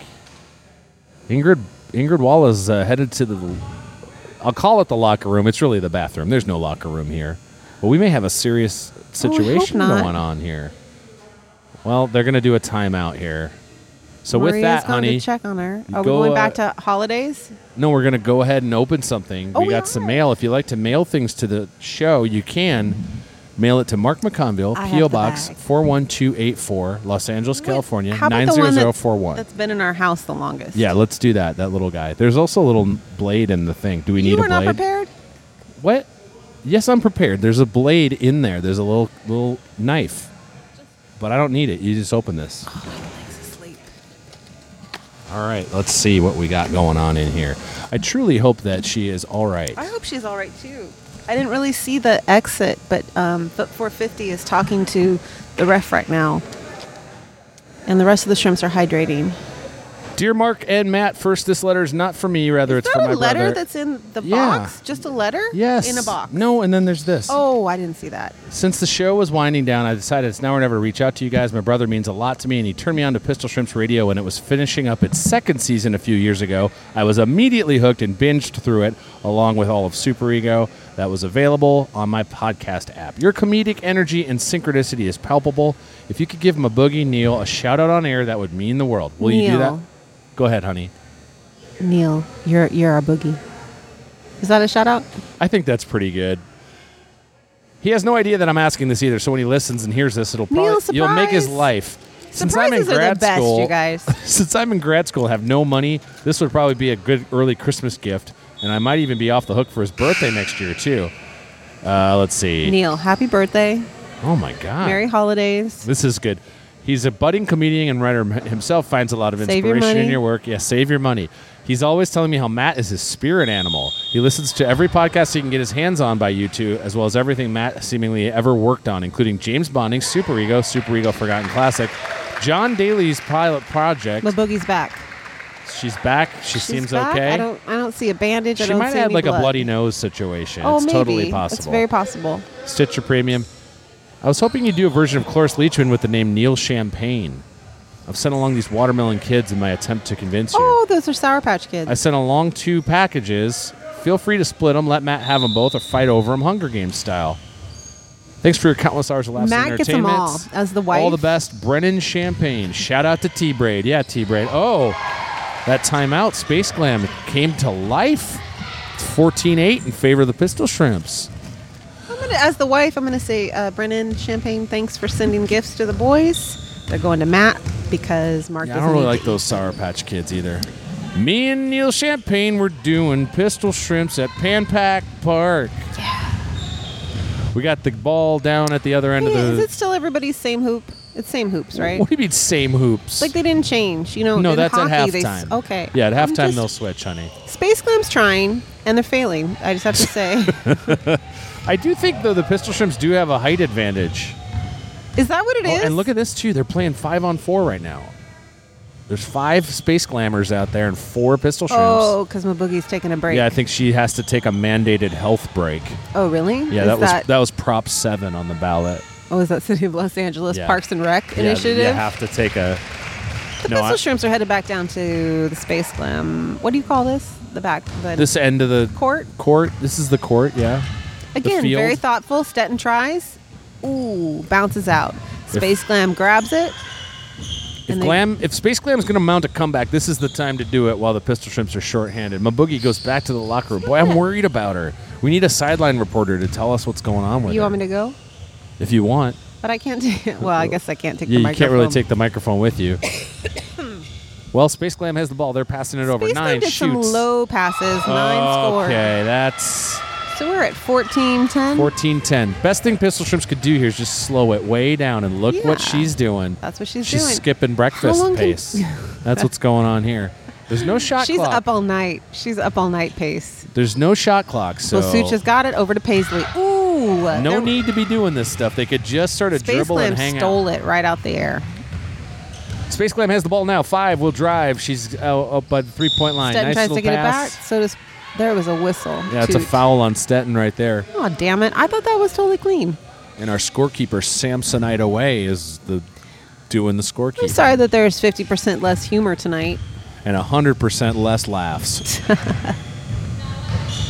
Speaker 1: Ingrid Ingrid Wallace uh, headed to the. I'll call it the locker room. It's really the bathroom. There's no locker room here, but we may have a serious
Speaker 2: Oh, hope
Speaker 1: situation
Speaker 2: not.
Speaker 1: going on here. Well, they're going to do a timeout here. So with
Speaker 2: Maria's
Speaker 1: that,
Speaker 2: gone
Speaker 1: honey,
Speaker 2: to check on her. Are
Speaker 1: go,
Speaker 2: we
Speaker 1: uh,
Speaker 2: going back to holidays?
Speaker 1: no, we're going to go ahead and open something.
Speaker 2: Oh,
Speaker 1: we
Speaker 2: we
Speaker 1: got some
Speaker 2: are.
Speaker 1: mail. If you like to mail things to the show, you can mail it to Mark McConville,
Speaker 2: I have
Speaker 1: PO
Speaker 2: the
Speaker 1: Box
Speaker 2: bag.
Speaker 1: 41284, Los Angeles, California
Speaker 2: How about the one that's-
Speaker 1: 90041.
Speaker 2: That's been in our house the longest.
Speaker 1: Yeah, let's do that. That little guy. There's also a little blade in the thing. Do we
Speaker 2: You
Speaker 1: need a
Speaker 2: were
Speaker 1: blade?
Speaker 2: not prepared.
Speaker 1: What? Yes, I'm prepared. There's a blade in there. There's a little little knife, but I don't need it. You just open this. All right, let's see what we got going on in here. I truly hope that she is all right.
Speaker 2: I hope she's all right too. I didn't really see the exit, but um, but 450 is talking to the ref right now, and the rest of the shrimps are hydrating.
Speaker 1: Dear Mark and Matt, first this letter is not for me. Rather,
Speaker 2: Is
Speaker 1: it's for
Speaker 2: that
Speaker 1: my
Speaker 2: a letter
Speaker 1: brother.
Speaker 2: that's in the
Speaker 1: Yeah.
Speaker 2: box? Just a letter?
Speaker 1: yes.
Speaker 2: In a box.
Speaker 1: No, and then there's this.
Speaker 2: Oh, I didn't see that.
Speaker 1: Since the show was winding down, I decided it's now or never to reach out to you guys. My brother means a lot to me, and he turned me on to Pistol Shrimps Radio when it was finishing up its second season a few years ago. I was immediately hooked and binged through it, along with all of Super Ego that was available on my podcast app. Your comedic energy and synchronicity is palpable. If you could give my boogie Neil a shout out on air, that would mean the world. Will you do that?
Speaker 2: Neil.
Speaker 1: Go ahead, honey.
Speaker 2: Neil, you're you're our boogie. Is that a shout out?
Speaker 1: I think that's pretty good. He has no idea that I'm asking this either. So when he listens and hears this, it'll probably
Speaker 2: Neil,
Speaker 1: you'll make his
Speaker 2: surprise.
Speaker 1: life.
Speaker 2: Surprises are the best, you guys.
Speaker 1: since I'm in grad school, and have no money. This would probably be a good early Christmas gift, and I might even be off the hook for his birthday next year too. Uh, let's see.
Speaker 2: Neil, happy birthday,
Speaker 1: Oh my God.
Speaker 2: merry holidays.
Speaker 1: This is good. He's a budding comedian and writer m- himself, finds a lot of
Speaker 2: Save your
Speaker 1: inspiration in
Speaker 2: money.
Speaker 1: your work. Yeah, save your money. He's always telling me how Matt is his spirit animal. He listens to every podcast he can get his hands on by you two, as well as everything Matt seemingly ever worked on, including James Bonding's Super Ego, Super Ego Forgotten Classic, John Daly's pilot project.
Speaker 2: My boogie's back.
Speaker 1: She's back. She
Speaker 2: She's
Speaker 1: seems
Speaker 2: back.
Speaker 1: okay.
Speaker 2: I don't I don't see a bandage. I
Speaker 1: she
Speaker 2: don't
Speaker 1: might
Speaker 2: see
Speaker 1: have
Speaker 2: any
Speaker 1: like a
Speaker 2: blood.
Speaker 1: bloody nose situation.
Speaker 2: Oh,
Speaker 1: it's
Speaker 2: maybe.
Speaker 1: totally possible.
Speaker 2: It's very possible.
Speaker 1: Stitcher Premium. I was hoping you'd do a version of Cloris Leachman with the name Neil Champagne. I've sent along these watermelon kids in my attempt to convince you.
Speaker 2: Oh, those are Sour Patch Kids.
Speaker 1: I sent along two packages. Feel free to split them. Let Matt have them both or fight over them Hunger Games style. Thanks for your countless hours of laughs and
Speaker 2: Matt gets 'em
Speaker 1: entertainment.
Speaker 2: all, as the wife.
Speaker 1: All the best. Brennan Champagne. Shout out to T Braid. Yeah, T Braid. Oh, that timeout. Space Glam came to life. It's 14 8 in favor of the Pistol Shrimps.
Speaker 2: I'm gonna, as the wife, I'm going to say, uh, Brennan Champagne, thanks for sending gifts to the boys. They're going to Matt because Mark.
Speaker 1: Yeah, I
Speaker 2: doesn't
Speaker 1: don't really
Speaker 2: need
Speaker 1: like
Speaker 2: to
Speaker 1: those Sour Patch Kids either. Me and Neil Champagne were doing pistol shrimps at Panpack Park. Yeah. We got the ball down at the other end
Speaker 2: Hey,
Speaker 1: of
Speaker 2: is
Speaker 1: the.
Speaker 2: it still everybody's same hoop? It's same hoops, right?
Speaker 1: What do you mean same hoops?
Speaker 2: Like they didn't change, you know.
Speaker 1: no,
Speaker 2: in
Speaker 1: that's
Speaker 2: hockey,
Speaker 1: at
Speaker 2: they s-
Speaker 1: halftime.
Speaker 2: okay.
Speaker 1: Yeah, at
Speaker 2: I'm
Speaker 1: halftime
Speaker 2: just-
Speaker 1: they'll switch, honey.
Speaker 2: Space Glam's trying and they're failing. I just have to say,
Speaker 1: I do think though the pistol shrimps do have a height advantage.
Speaker 2: is that what it is?
Speaker 1: Well, and look at this too. They're playing five on four right now. There's five space glamours out there and four pistol shrimps.
Speaker 2: oh, because my boogie's taking a break.
Speaker 1: Yeah, I think she has to take a mandated health break.
Speaker 2: oh, really?
Speaker 1: Yeah,
Speaker 2: Is
Speaker 1: that was that, was prop seven on the ballot.
Speaker 2: Oh, is that City of Los Angeles
Speaker 1: Yeah.
Speaker 2: Parks and Rec initiative?
Speaker 1: Yeah, you have to take a.
Speaker 2: The
Speaker 1: no,
Speaker 2: pistol
Speaker 1: I-
Speaker 2: shrimps are headed back down to the space glam. What do you call this? The back. The
Speaker 1: this end of the
Speaker 2: court.
Speaker 1: court. This is the court. Yeah.
Speaker 2: Again,
Speaker 1: field.
Speaker 2: very thoughtful. Stetton tries. Ooh, bounces out. Space glam grabs it.
Speaker 1: If
Speaker 2: And they-
Speaker 1: glam, if space glam's going to mount a comeback, this is the time to do it. While the pistol shrimps are shorthanded, my boogie goes back to the locker room. Boy, I'm worried about her. We need a sideline reporter to tell us what's going on with
Speaker 2: You
Speaker 1: her.
Speaker 2: want me to go?
Speaker 1: if you want,
Speaker 2: But I can't. T- well, I guess I can't take
Speaker 1: yeah,
Speaker 2: the
Speaker 1: you can't
Speaker 2: microphone.
Speaker 1: really take the microphone with you. well, space glam has the ball. They're passing it over.
Speaker 2: Space
Speaker 1: Nine
Speaker 2: glam did
Speaker 1: shoots.
Speaker 2: some low passes. Nine scored.
Speaker 1: Okay, that's
Speaker 2: So we're at 14-10.
Speaker 1: 14-10. Best thing Pistol Shrimps could do here is just slow it way down and look what
Speaker 2: Yeah.
Speaker 1: she's doing.
Speaker 2: That's what she's
Speaker 1: she's
Speaker 2: doing.
Speaker 1: skipping breakfast
Speaker 2: long can-
Speaker 1: pace. That's what's going on here. There's no shot
Speaker 2: She's
Speaker 1: clock.
Speaker 2: up all night. She's up all night pace.
Speaker 1: There's no shot clock, so
Speaker 2: So Sucha's got it over to Paisley. Ooh.
Speaker 1: no
Speaker 2: there-
Speaker 1: need to be doing this stuff. They could just sort of
Speaker 2: Space
Speaker 1: dribble
Speaker 2: Glam
Speaker 1: and hang
Speaker 2: stole it right out the air.
Speaker 1: out. Space Glam has the ball now. Five will drive. She's out up by the three point line.
Speaker 2: Stetton
Speaker 1: nice
Speaker 2: tries
Speaker 1: little
Speaker 2: to get
Speaker 1: pass.
Speaker 2: it back. So does There was a whistle.
Speaker 1: Yeah, it's a
Speaker 2: toot.
Speaker 1: foul on Stetton right there.
Speaker 2: Oh, damn it. I thought that was totally clean.
Speaker 1: And our scorekeeper, Samsonite away, is the doing the scorekeeper.
Speaker 2: I'm sorry that there's 50% less humor tonight.
Speaker 1: and 100% less laughs.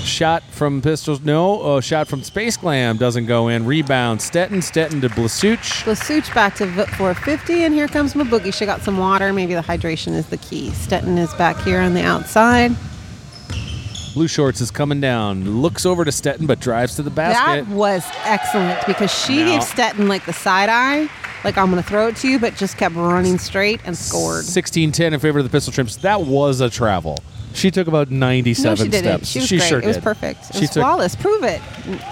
Speaker 1: shot from pistols. No, oh, shot from Space Glam doesn't go in. Rebound. Stetton. Stetton to Blasuch.
Speaker 2: Blasuch back to v- 450, and here comes Mabuki. She got some water. Maybe the hydration is the key. Stetton is back here on the outside.
Speaker 1: Blue Shorts is coming down. Looks over to Stetton, but drives to the basket.
Speaker 2: That was excellent because she
Speaker 1: Now-
Speaker 2: gave Stetton like the side eye, like I'm going to throw it to you, but just kept running straight and scored.
Speaker 1: 16 10 in favor of the Pistol Shrimps. That was a travel. She took about 97
Speaker 2: no, she didn't.
Speaker 1: steps.
Speaker 2: She was great.
Speaker 1: sure
Speaker 2: it was
Speaker 1: did.
Speaker 2: perfect. It
Speaker 1: She
Speaker 2: was
Speaker 1: took-
Speaker 2: flawless. Prove it.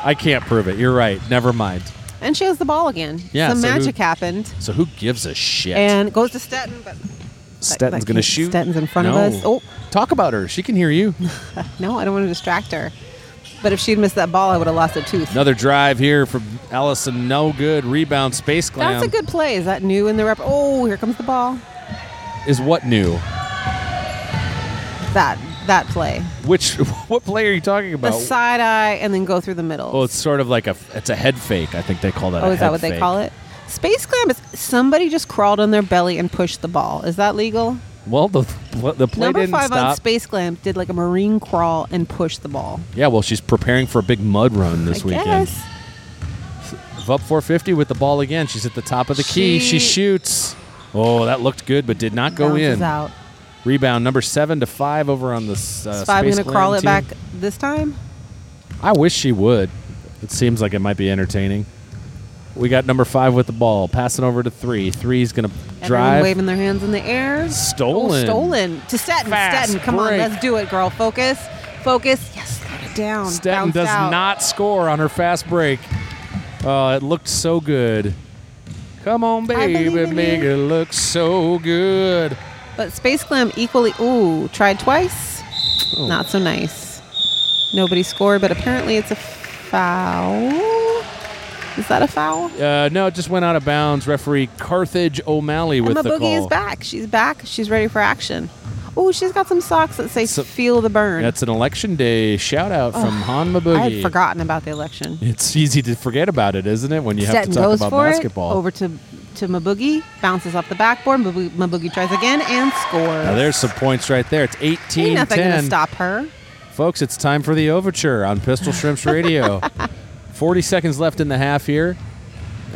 Speaker 1: I can't prove it. You're right. Never mind.
Speaker 2: And she has the ball again.
Speaker 1: Yeah,
Speaker 2: Some
Speaker 1: so who-
Speaker 2: magic happened.
Speaker 1: So who gives a shit?
Speaker 2: And goes to Stetton, but
Speaker 1: Stetton's
Speaker 2: that
Speaker 1: going to
Speaker 2: kid-
Speaker 1: shoot.
Speaker 2: Stetton's in front of
Speaker 1: No.
Speaker 2: us. Oh.
Speaker 1: Talk about her. She can hear you.
Speaker 2: no, I don't want to distract her. But if she'd missed that ball, I would have lost a tooth.
Speaker 1: Another drive here from Allison. No good. Rebound. Space Glam.
Speaker 2: That's a good play. Is that new in the rep? Oh, here comes the ball.
Speaker 1: Is what new?
Speaker 2: That that play,
Speaker 1: Which what play are you talking
Speaker 2: the
Speaker 1: about?
Speaker 2: side eye, and then go through the middle.
Speaker 1: oh, it's sort of like a. It's a head fake. I think they call that.
Speaker 2: oh,
Speaker 1: a
Speaker 2: is that
Speaker 1: head
Speaker 2: what they
Speaker 1: fake.
Speaker 2: call it? Space clam is somebody just crawled on their belly and pushed the ball. Is that legal?
Speaker 1: Well, the the play
Speaker 2: Number
Speaker 1: didn't
Speaker 2: five on
Speaker 1: stop.
Speaker 2: Space Clam did like a marine crawl and push the ball.
Speaker 1: yeah, well, she's preparing for a big mud run this
Speaker 2: I
Speaker 1: weekend.
Speaker 2: guess.
Speaker 1: Up 450 with the ball again. She's at the top of the key. She
Speaker 2: She-
Speaker 1: shoots. Oh, that looked good, but did not go
Speaker 2: Bounces
Speaker 1: in.
Speaker 2: out.
Speaker 1: Rebound number seven to five over on the s- uh,
Speaker 2: Is five
Speaker 1: Space
Speaker 2: going to crawl
Speaker 1: Glam
Speaker 2: it
Speaker 1: team.
Speaker 2: back this time?
Speaker 1: I wish she would. It seems like it might be entertaining. We got number five with the ball, passing over to three. Three's gonna
Speaker 2: Everyone
Speaker 1: drive.
Speaker 2: waving their hands in the air.
Speaker 1: Stolen.
Speaker 2: Oh, stolen. To Stetton.
Speaker 1: Fast
Speaker 2: Stetton, come
Speaker 1: break.
Speaker 2: on, let's do it, girl. Focus. Focus. Yes, got it down.
Speaker 1: Stetton
Speaker 2: Bounced
Speaker 1: does
Speaker 2: out.
Speaker 1: not score on her fast break. Oh, it looked so good. Come on,
Speaker 2: believe
Speaker 1: baby,
Speaker 2: in
Speaker 1: make
Speaker 2: you.
Speaker 1: it look so good.
Speaker 2: But Space Glam equally. Ooh, tried twice.
Speaker 1: Oh.
Speaker 2: Not so nice. Nobody scored, but apparently it's a foul. Is that a foul?
Speaker 1: Uh, no, it just went out of bounds. Referee Carthage O'Malley with
Speaker 2: Emma
Speaker 1: the
Speaker 2: Boogie
Speaker 1: call.
Speaker 2: is back. She's back. She's ready for action. Oh, she's got some socks that say
Speaker 1: So-
Speaker 2: "Feel the Burn."
Speaker 1: That's an election day shout out from Han Maboogie.
Speaker 2: I had forgotten about the election.
Speaker 1: It's easy to forget about it, isn't it? When you have to
Speaker 2: Stetton
Speaker 1: talk
Speaker 2: goes
Speaker 1: about
Speaker 2: for
Speaker 1: basketball.
Speaker 2: it over to to Maboogie, bounces off the backboard. Maboo- Maboogie tries again and scores.
Speaker 1: Now there's some points right there. It's 18
Speaker 2: Ain't nothing gonna
Speaker 1: 10.
Speaker 2: stop her.
Speaker 1: Folks, it's time for the overture on Pistol Shrimps Radio. 40 seconds left in the half here.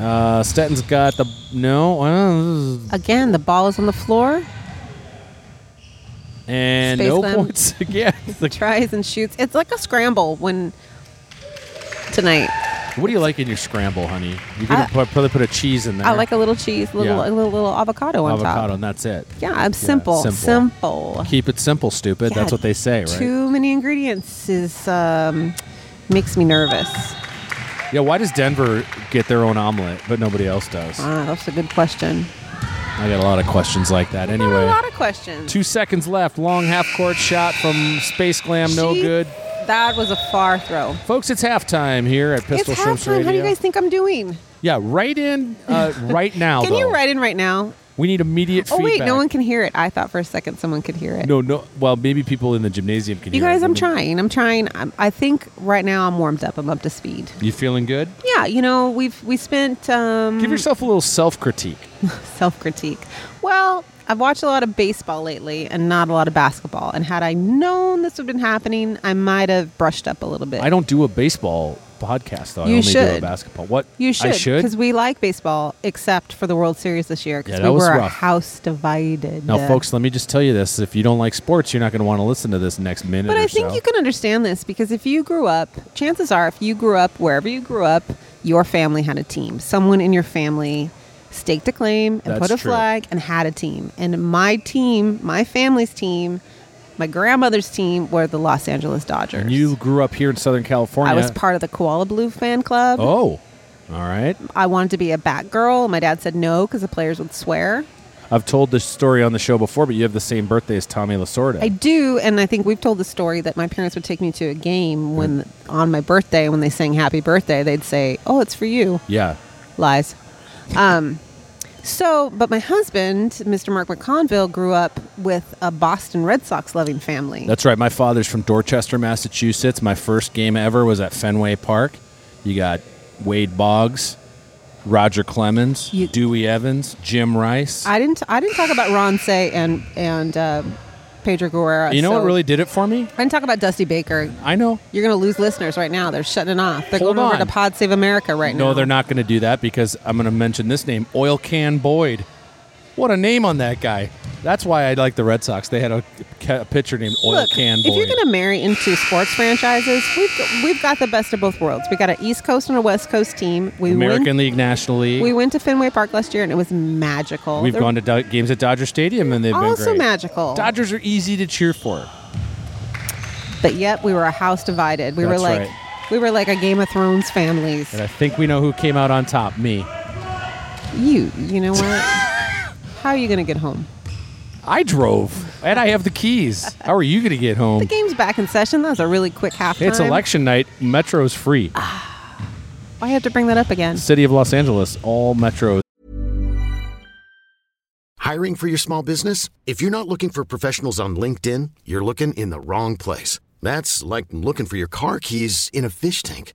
Speaker 1: Uh, Stetton's got the. No. uh,
Speaker 2: Again, the ball is on the floor.
Speaker 1: And
Speaker 2: Space
Speaker 1: no
Speaker 2: Slam.
Speaker 1: points again. The-
Speaker 2: Tries and shoots. It's like a scramble when tonight.
Speaker 1: what do you like in your scramble, honey? You could put, probably put a cheese in there.
Speaker 2: I like a little cheese, little
Speaker 1: Yeah.
Speaker 2: a little, little avocado on
Speaker 1: avocado,
Speaker 2: top.
Speaker 1: and that's it.
Speaker 2: Yeah, I'm simple,
Speaker 1: simple.
Speaker 2: simple.
Speaker 1: Keep it simple, stupid.
Speaker 2: Yeah,
Speaker 1: That's what they say, right?
Speaker 2: Too many ingredients is um, makes me nervous.
Speaker 1: Yeah, why does Denver get their own omelet, but nobody else does?
Speaker 2: Ah, that's a good question.
Speaker 1: I got a lot of questions like that.
Speaker 2: There are
Speaker 1: Anyway.
Speaker 2: a lot of questions.
Speaker 1: Two seconds left. Long half court shot from Space Glam. No
Speaker 2: She-
Speaker 1: good.
Speaker 2: That was a far throw.
Speaker 1: Folks, it's halftime here at Pistol
Speaker 2: it's
Speaker 1: Shrimps
Speaker 2: halftime.
Speaker 1: Radio.
Speaker 2: How do you guys think I'm doing?
Speaker 1: yeah, write in uh, right now.
Speaker 2: Can you
Speaker 1: though.
Speaker 2: write in right now?
Speaker 1: We need immediate
Speaker 2: Oh
Speaker 1: feedback.
Speaker 2: wait, no one can hear it. I thought for a second someone could hear it.
Speaker 1: No, no. Well, maybe people in the gymnasium can.
Speaker 2: You
Speaker 1: hear
Speaker 2: guys,
Speaker 1: it.
Speaker 2: I'm
Speaker 1: Maybe-
Speaker 2: trying. I'm trying. I'm, I think right now I'm warmed up. I'm up to speed.
Speaker 1: You feeling good?
Speaker 2: Yeah, you know we've we spent. Um,
Speaker 1: Give yourself a little self critique.
Speaker 2: self critique. Well, I've watched a lot of baseball lately and not a lot of basketball. And had I known this would have been happening, I might have brushed up a little bit.
Speaker 1: I don't do a baseball podcast though. I
Speaker 2: You
Speaker 1: only do a
Speaker 2: should.
Speaker 1: basketball. What
Speaker 2: You should.
Speaker 1: I should.
Speaker 2: Because we like baseball, except for the World Series this year.
Speaker 1: Yeah,
Speaker 2: Because
Speaker 1: that
Speaker 2: we
Speaker 1: was
Speaker 2: were a
Speaker 1: rough.
Speaker 2: house divided.
Speaker 1: now, folks, let me just tell you this: if you don't like sports, you're not going to want to listen to this next minute.
Speaker 2: But
Speaker 1: or
Speaker 2: I think
Speaker 1: so.
Speaker 2: you can understand this because if you grew up, chances are, if you grew up wherever you grew up, your family had a team. Someone in your family staked a claim and
Speaker 1: That's
Speaker 2: put a
Speaker 1: true.
Speaker 2: flag and had a team. And my team, my family's team, my grandmother's team were the Los Angeles Dodgers.
Speaker 1: And you grew up here in Southern California.
Speaker 2: I was part of the Koala Blue fan club.
Speaker 1: Oh, all right.
Speaker 2: I wanted to be a bat girl. My dad said no because the players would swear.
Speaker 1: I've told this story on the show before, but you have the same birthday as Tommy Lasorda.
Speaker 2: I do, and I think we've told the story that my parents would take me to a game when on my birthday when they sang "Happy Birthday," they'd say, "Oh, it's for you."
Speaker 1: yeah.
Speaker 2: Lies. Um, So, but my husband, Mr. Mark McConville, grew up with a Boston Red Sox loving family.
Speaker 1: That's right. My father's from Dorchester, Massachusetts. My first game ever was at Fenway Park. You got Wade Boggs, Roger Clemens,
Speaker 2: You-
Speaker 1: Dewey Evans, Jim Rice.
Speaker 2: I didn't. I didn't talk about Ron Say and and uh, Pedro Guerrero.
Speaker 1: you know what
Speaker 2: so-
Speaker 1: really did it for me?
Speaker 2: I didn't talk about Dusty Baker.
Speaker 1: I know.
Speaker 2: You're going to lose listeners right now. They're shutting it off. They're
Speaker 1: Hold
Speaker 2: going
Speaker 1: on.
Speaker 2: over to Pod Save America right now.
Speaker 1: No, they're not going to do that because I'm going to mention this name, Oil Can Boyd. What a name on that guy. That's why I like the Red Sox. They had a, ca- a pitcher named Oil
Speaker 2: Look,
Speaker 1: Can Boyd.
Speaker 2: if you're going to marry into sports franchises, we've we've got the best of both worlds. We got an East Coast and a West Coast team. We
Speaker 1: American
Speaker 2: went,
Speaker 1: League, National League.
Speaker 2: We went to Fenway Park last year, and it was magical.
Speaker 1: We've
Speaker 2: They're
Speaker 1: gone to do- games at Dodger Stadium and they've been
Speaker 2: also
Speaker 1: great.
Speaker 2: magical.
Speaker 1: Dodgers are easy to cheer for.
Speaker 2: But yet we were a house divided. We were
Speaker 1: That's
Speaker 2: like
Speaker 1: right.
Speaker 2: we were like a Game of Thrones families.
Speaker 1: And I think we know who came out on top. Me.
Speaker 2: You you know what? How are you gonna get home?
Speaker 1: I drove, and I have the keys. How are you going to get home?
Speaker 2: The game's back in session. That was a really quick half.
Speaker 1: It's election night. Metro's free.
Speaker 2: I have to bring that up again.
Speaker 1: City of Los Angeles, all metros.
Speaker 3: Hiring for your small business? If you're not looking for professionals on LinkedIn, you're looking in the wrong place. That's like looking for your car keys in a fish tank.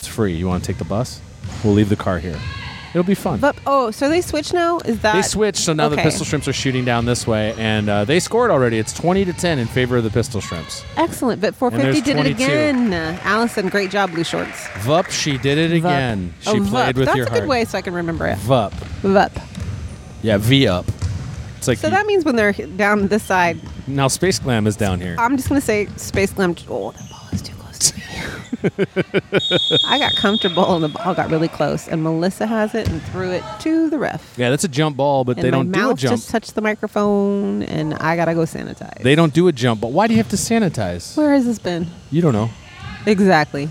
Speaker 1: It's free. You want to take the bus? We'll leave the car here. It'll be fun.
Speaker 2: But oh, so they switch now? Is that
Speaker 1: they switched, so now the
Speaker 2: okay.
Speaker 1: Pistol Shrimps are shooting down this way, and uh, they scored already. It's 20 to 10 in favor of the Pistol Shrimps.
Speaker 2: Excellent. But
Speaker 1: there's
Speaker 2: 450 did
Speaker 1: 22.
Speaker 2: it again. Allison, great job, blue shorts.
Speaker 1: Vup, she did it
Speaker 2: Vup.
Speaker 1: again. She
Speaker 2: Oh,
Speaker 1: played
Speaker 2: Vup.
Speaker 1: with
Speaker 2: That's
Speaker 1: your
Speaker 2: a
Speaker 1: heart.
Speaker 2: good way so I can remember it.
Speaker 1: Vup.
Speaker 2: Vup.
Speaker 1: Yeah, V up. It's like
Speaker 2: So
Speaker 1: you-
Speaker 2: that means when they're down this side,
Speaker 1: now Space Glam is down here.
Speaker 2: I'm just going to say Space Glam. Oh, that ball is too close to me. I got comfortable and the ball got really close. And Melissa has it and threw it to the ref.
Speaker 1: yeah, that's a jump ball, but
Speaker 2: And
Speaker 1: they
Speaker 2: my
Speaker 1: don't do a
Speaker 2: mouth
Speaker 1: jump.
Speaker 2: just touched the microphone and I got to go sanitize.
Speaker 1: They don't do a jump, but why do you have to sanitize?
Speaker 2: Where has this been?
Speaker 1: You don't know.
Speaker 2: Exactly.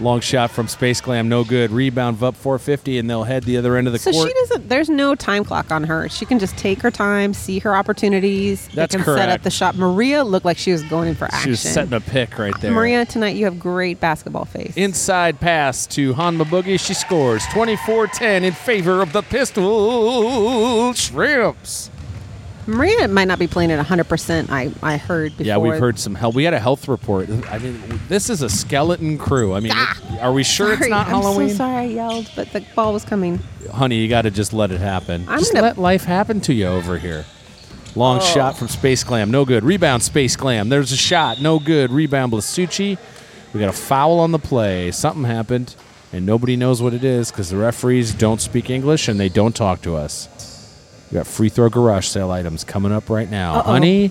Speaker 1: Long shot from Space Glam, no good. Rebound up 450, and they'll head the other end of the
Speaker 2: So
Speaker 1: court.
Speaker 2: she doesn't. There's no time clock on her. She can just take her time, see her opportunities. They
Speaker 1: That's
Speaker 2: can Set up
Speaker 1: correct.
Speaker 2: the shot. Maria looked like she was going in for action.
Speaker 1: She was setting a pick right there.
Speaker 2: Maria, tonight you have great basketball face.
Speaker 1: Inside pass to Hanma Boogie. She scores 24 10 in favor of the Pistol Shrimps.
Speaker 2: Maria might not be playing at 100. percent I I heard before.
Speaker 1: Yeah, we've heard some help. We had a health report. I mean, this is a skeleton crew. I mean, it- are we sure
Speaker 2: Ah, Sorry,
Speaker 1: it's not
Speaker 2: I'm
Speaker 1: Halloween?
Speaker 2: so sorry I yelled, but the ball was coming.
Speaker 1: honey, you got to just let it happen.
Speaker 2: I'm
Speaker 1: just
Speaker 2: gonna- Oh.
Speaker 1: let life happen to you over here. Long shot from Space Glam, no good. Rebound, Space Glam. There's a shot, no good. Rebound, Blasucci. We got a foul on the play. Something happened, and nobody knows what it is because the referees don't speak English and they don't talk to us. We got free throw garage sale items coming up right now.
Speaker 2: Uh-oh.
Speaker 1: Honey,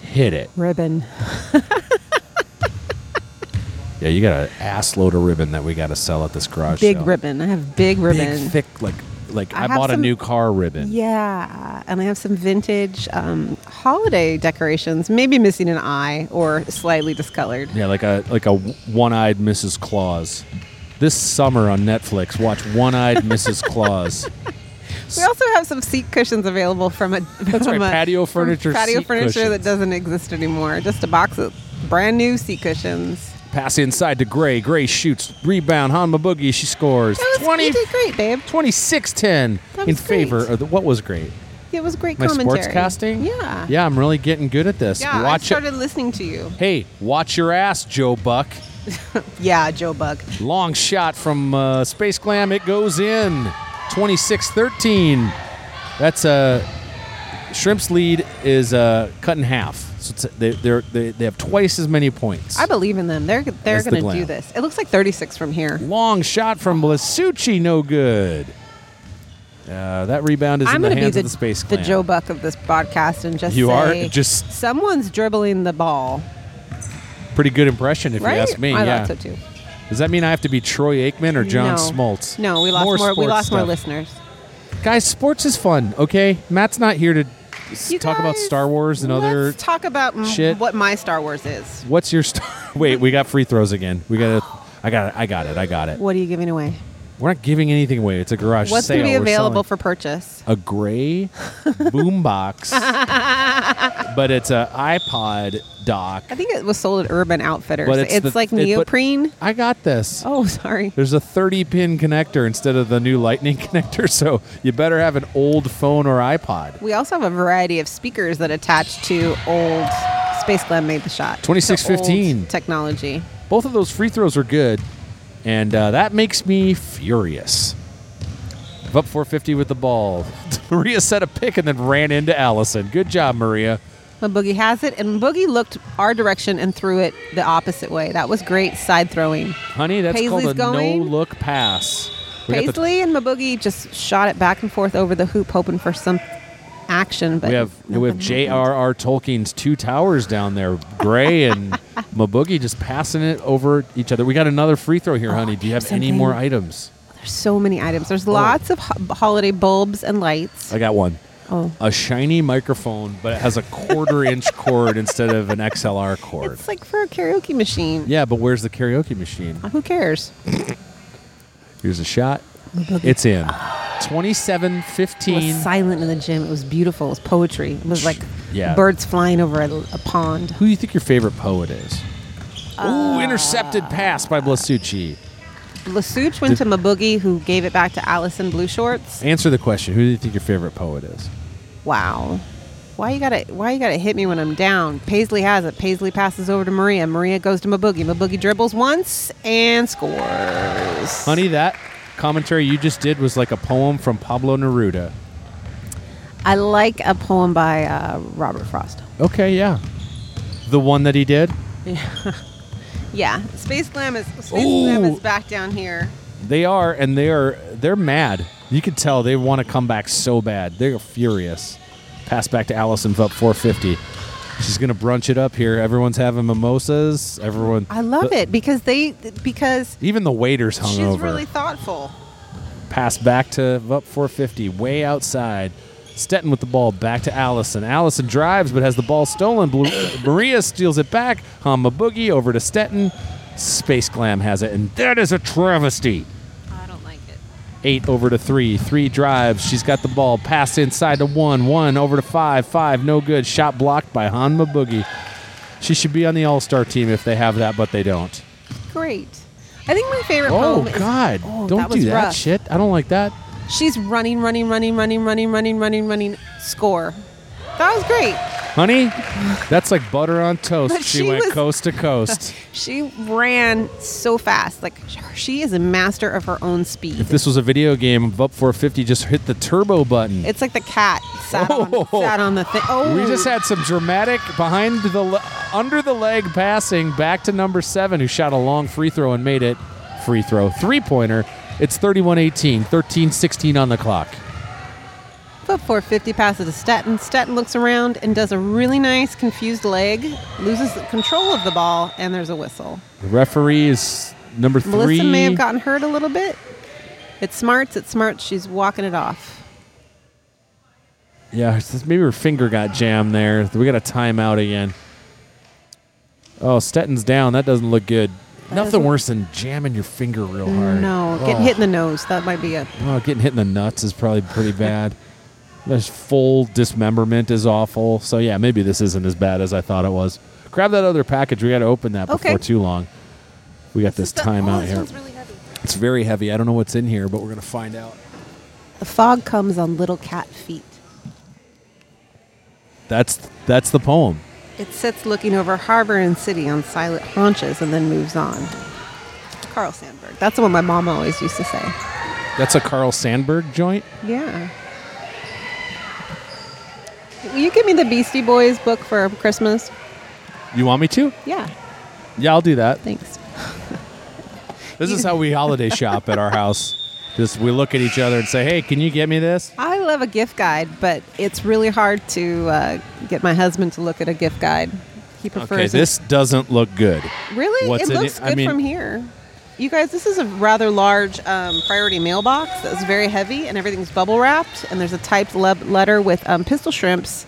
Speaker 1: hit it.
Speaker 2: Ribbon.
Speaker 1: Yeah, you got an ass load of ribbon that we got to sell at this garage
Speaker 2: Big
Speaker 1: sale.
Speaker 2: ribbon. I have big ribbon.
Speaker 1: Big, thick, like like
Speaker 2: I
Speaker 1: I,
Speaker 2: have
Speaker 1: bought a
Speaker 2: some-
Speaker 1: new car ribbon.
Speaker 2: Yeah, and I have some vintage um, holiday decorations, maybe missing an eye or slightly discolored.
Speaker 1: Yeah, like a like a one-eyed Mrs. Claus. This summer on Netflix, watch One-Eyed Mrs. Claus.
Speaker 2: We also have some seat cushions available from a
Speaker 1: That's
Speaker 2: from
Speaker 1: right,
Speaker 2: a-
Speaker 1: patio
Speaker 2: from
Speaker 1: furniture
Speaker 2: patio
Speaker 1: seat
Speaker 2: furniture that
Speaker 1: cushions.
Speaker 2: doesn't exist anymore. Just a box of brand new seat cushions.
Speaker 1: Pass inside to Gray. Gray shoots. Rebound. Hanma Boogie. She scores.
Speaker 2: That was,
Speaker 1: 20,
Speaker 2: you did great, babe.
Speaker 1: 26-10
Speaker 2: That
Speaker 1: in
Speaker 2: was
Speaker 1: favor
Speaker 2: great.
Speaker 1: of the, what was great?
Speaker 2: It was great
Speaker 1: My
Speaker 2: commentary.
Speaker 1: sports casting?
Speaker 2: Yeah.
Speaker 1: Yeah, I'm really getting good at this.
Speaker 2: Yeah, I
Speaker 1: watch it.
Speaker 2: started listening to you.
Speaker 1: Hey, watch your ass, Joe Buck.
Speaker 2: Yeah, Joe Buck.
Speaker 1: Long shot from uh, Space Glam. It goes in. 26 13. That's a uh, Shrimp's lead is uh, cut in half, so it's, they, they're, they they have twice as many points.
Speaker 2: I believe in them. They're they're
Speaker 1: That's the
Speaker 2: going to
Speaker 1: glam.
Speaker 2: do this. It looks like 36 from here.
Speaker 1: Long shot from Blasucci, no good. Uh, that rebound is
Speaker 2: I'm
Speaker 1: in
Speaker 2: going
Speaker 1: the
Speaker 2: to be
Speaker 1: hands
Speaker 2: the,
Speaker 1: of the space
Speaker 2: the
Speaker 1: clan.
Speaker 2: Joe Buck of this podcast and just
Speaker 1: You are?
Speaker 2: say,
Speaker 1: Just-
Speaker 2: someone's dribbling the ball,
Speaker 1: Pretty good impression, if
Speaker 2: right?
Speaker 1: you ask me.
Speaker 2: I
Speaker 1: yeah.
Speaker 2: thought so too.
Speaker 1: Does that mean I have to be Troy Aikman or John
Speaker 2: no.
Speaker 1: Smoltz?
Speaker 2: No, we lost more. we
Speaker 1: sports
Speaker 2: lost more
Speaker 1: stuff.
Speaker 2: listeners.
Speaker 1: Guys, sports is fun. Okay, Matt's not here to s-
Speaker 2: You
Speaker 1: talk about
Speaker 2: guys,
Speaker 1: Star Wars and other.
Speaker 2: Let's talk about m-
Speaker 1: shit.
Speaker 2: what my Star Wars is.
Speaker 1: What's your star? Wait, we got free throws again. We got to I got it. I got it. I got it.
Speaker 2: What are you giving away?
Speaker 1: We're not giving anything away. It's a garage
Speaker 2: What's
Speaker 1: sale.
Speaker 2: going to be
Speaker 1: We're
Speaker 2: available
Speaker 1: selling
Speaker 2: for purchase?
Speaker 1: a gray boombox, but it's an iPod dock.
Speaker 2: I think it was sold at Urban Outfitters.
Speaker 1: But it's the-
Speaker 2: it's like
Speaker 1: it- but-
Speaker 2: neoprene.
Speaker 1: I got this.
Speaker 2: oh, sorry.
Speaker 1: There's a 30 pin connector instead of the new lightning connector, so you better have an old phone or iPod.
Speaker 2: We also have a variety of speakers that attach to old Space Glam made the shot.
Speaker 1: 26-15.
Speaker 2: To old technology.
Speaker 1: Both of those free throws are good, and uh, that makes me furious. I'm up 450 with the ball. Maria set a pick and then ran into Allison. Good job, Maria.
Speaker 2: When Boogie has it, and Boogie looked our direction and threw it the opposite way. That was great side throwing.
Speaker 1: Honey, that's
Speaker 2: Paisley's
Speaker 1: called a
Speaker 2: going.
Speaker 1: no look pass. We got the-
Speaker 2: Paisley and Maboogie just shot it back and forth over the hoop, hoping for some action. But
Speaker 1: we have we have J.R.R. Tolkien's two towers down there, Gray and Maboogie, just passing it over each other. We got another free throw here, honey. Do you have any
Speaker 2: Oh, something.
Speaker 1: more items?
Speaker 2: there's so many items.
Speaker 1: Oh.
Speaker 2: There's lots of ho- holiday bulbs and lights.
Speaker 1: I got one.
Speaker 2: Oh.
Speaker 1: A shiny microphone, but it has a quarter inch cord instead of an XLR cord.
Speaker 2: It's like for a karaoke machine.
Speaker 1: Yeah, but where's the karaoke machine?
Speaker 2: Who cares?
Speaker 1: Here's a shot. It's in. 27
Speaker 2: It
Speaker 1: 15.
Speaker 2: was silent in the gym. It was beautiful. It was poetry. It was like
Speaker 1: Yeah.
Speaker 2: birds flying over a, a pond.
Speaker 1: Who do you think your favorite poet is? Ooh, intercepted pass by Blasucci.
Speaker 2: Lasuch went to Maboogie, who gave it back to Allison Blue Shorts.
Speaker 1: Answer the question. Who do you think your favorite poet is?
Speaker 2: Wow. Why you gotta Why you gotta hit me when I'm down? Paisley has it. Paisley passes over to Maria. Maria goes to Maboogie. Maboogie dribbles once and scores.
Speaker 1: Honey, that commentary you just did was like a poem from Pablo Neruda.
Speaker 2: I like a poem by uh, Robert Frost.
Speaker 1: Okay, yeah. The one that he did?
Speaker 2: Yeah, Space Glam is Space
Speaker 1: Ooh.
Speaker 2: Glam is back down here.
Speaker 1: They are, and they are. They're mad. You can tell they want to come back so bad. They're furious. Pass back to Allison up 450. She's gonna brunch it up here. Everyone's having mimosas. Everyone.
Speaker 2: I love
Speaker 1: the-
Speaker 2: it because they because
Speaker 1: Even the waiters
Speaker 2: she's
Speaker 1: hungover.
Speaker 2: really thoughtful.
Speaker 1: Pass back to up 450. Way outside. Stetton with the ball back to Allison. Allison drives but has the ball stolen. Blue- Maria steals it back. Hama Boogie over to Stetton. Space Glam has it, and that is a travesty.
Speaker 2: I don't like it.
Speaker 1: Eight over to three. Three drives. She's got the ball. Pass inside to one. One over to five. Five. No good. Shot blocked by Hanma Boogie. She should be on the All Star team if they have that, but they don't.
Speaker 2: Great. I think my favorite
Speaker 1: Oh,
Speaker 2: poem is-
Speaker 1: God.
Speaker 2: Oh,
Speaker 1: don't
Speaker 2: was
Speaker 1: do that
Speaker 2: rough.
Speaker 1: shit. I don't like that.
Speaker 2: She's running, running, running, running, running, running, running, running. Score. That was great.
Speaker 1: Honey, that's like butter on toast.
Speaker 2: But
Speaker 1: She,
Speaker 2: she
Speaker 1: went
Speaker 2: was-
Speaker 1: coast to coast.
Speaker 2: She ran so fast. Like she is a master of her own speed.
Speaker 1: if this was a video game, up 450 just hit the turbo button.
Speaker 2: It's like the cat sat,
Speaker 1: Oh.
Speaker 2: on, sat on the thing. Oh,
Speaker 1: we just had some dramatic behind the le- under the leg passing back to number seven, who shot a long free throw and made it free throw three pointer. It's 31 18, 13 16 on the clock.
Speaker 2: But 450 passes to Stetton. Stetton looks around and does a really nice confused leg, loses control of the ball, and there's a whistle.
Speaker 1: The referee is number three.
Speaker 2: Melissa may have gotten hurt a little bit. It's smarts, it's smarts. She's walking it off.
Speaker 1: Yeah, it's just- maybe her finger got jammed there. We got a timeout again. Oh, Stetton's down. That doesn't look good. Nothing
Speaker 2: doesn't-
Speaker 1: worse than jamming your finger real hard.
Speaker 2: No, getting
Speaker 1: Oh.
Speaker 2: hit in the nose. That might be a.
Speaker 1: Oh, getting hit in the nuts is probably pretty bad. This full dismemberment is awful. So yeah, maybe this isn't as bad as I thought it was. Grab that other package. We got to open that
Speaker 2: Okay.
Speaker 1: before too long. We got this timeout here.
Speaker 2: really heavy.
Speaker 1: it's very heavy. I don't know what's in here, but we're gonna find out.
Speaker 2: The fog comes on little cat feet.
Speaker 1: That's that's the poem.
Speaker 2: It sits looking over harbor and city on silent haunches and then moves on. Carl Sandburg. That's the one my mom always used to say.
Speaker 1: That's a Carl Sandburg joint.
Speaker 2: Yeah. will you give me the Beastie Boys book for Christmas?
Speaker 1: You want me to?
Speaker 2: Yeah,
Speaker 1: Yeah, I'll do that.
Speaker 2: thanks.
Speaker 1: This is how we holiday shop at our house. Just we look at each other and say, "Hey, can you get me this?"
Speaker 2: I love a gift guide, but it's really hard to uh, get my husband to look at a gift guide. He prefers
Speaker 1: Okay,
Speaker 2: it-
Speaker 1: this doesn't look good.
Speaker 2: Really?
Speaker 1: What's
Speaker 2: it
Speaker 1: in
Speaker 2: looks
Speaker 1: it?
Speaker 2: good
Speaker 1: I mean-
Speaker 2: from here. You guys, this is a rather large um, priority mailbox that's very heavy, and everything's bubble wrapped. And there's a typed le- letter with um, pistol shrimps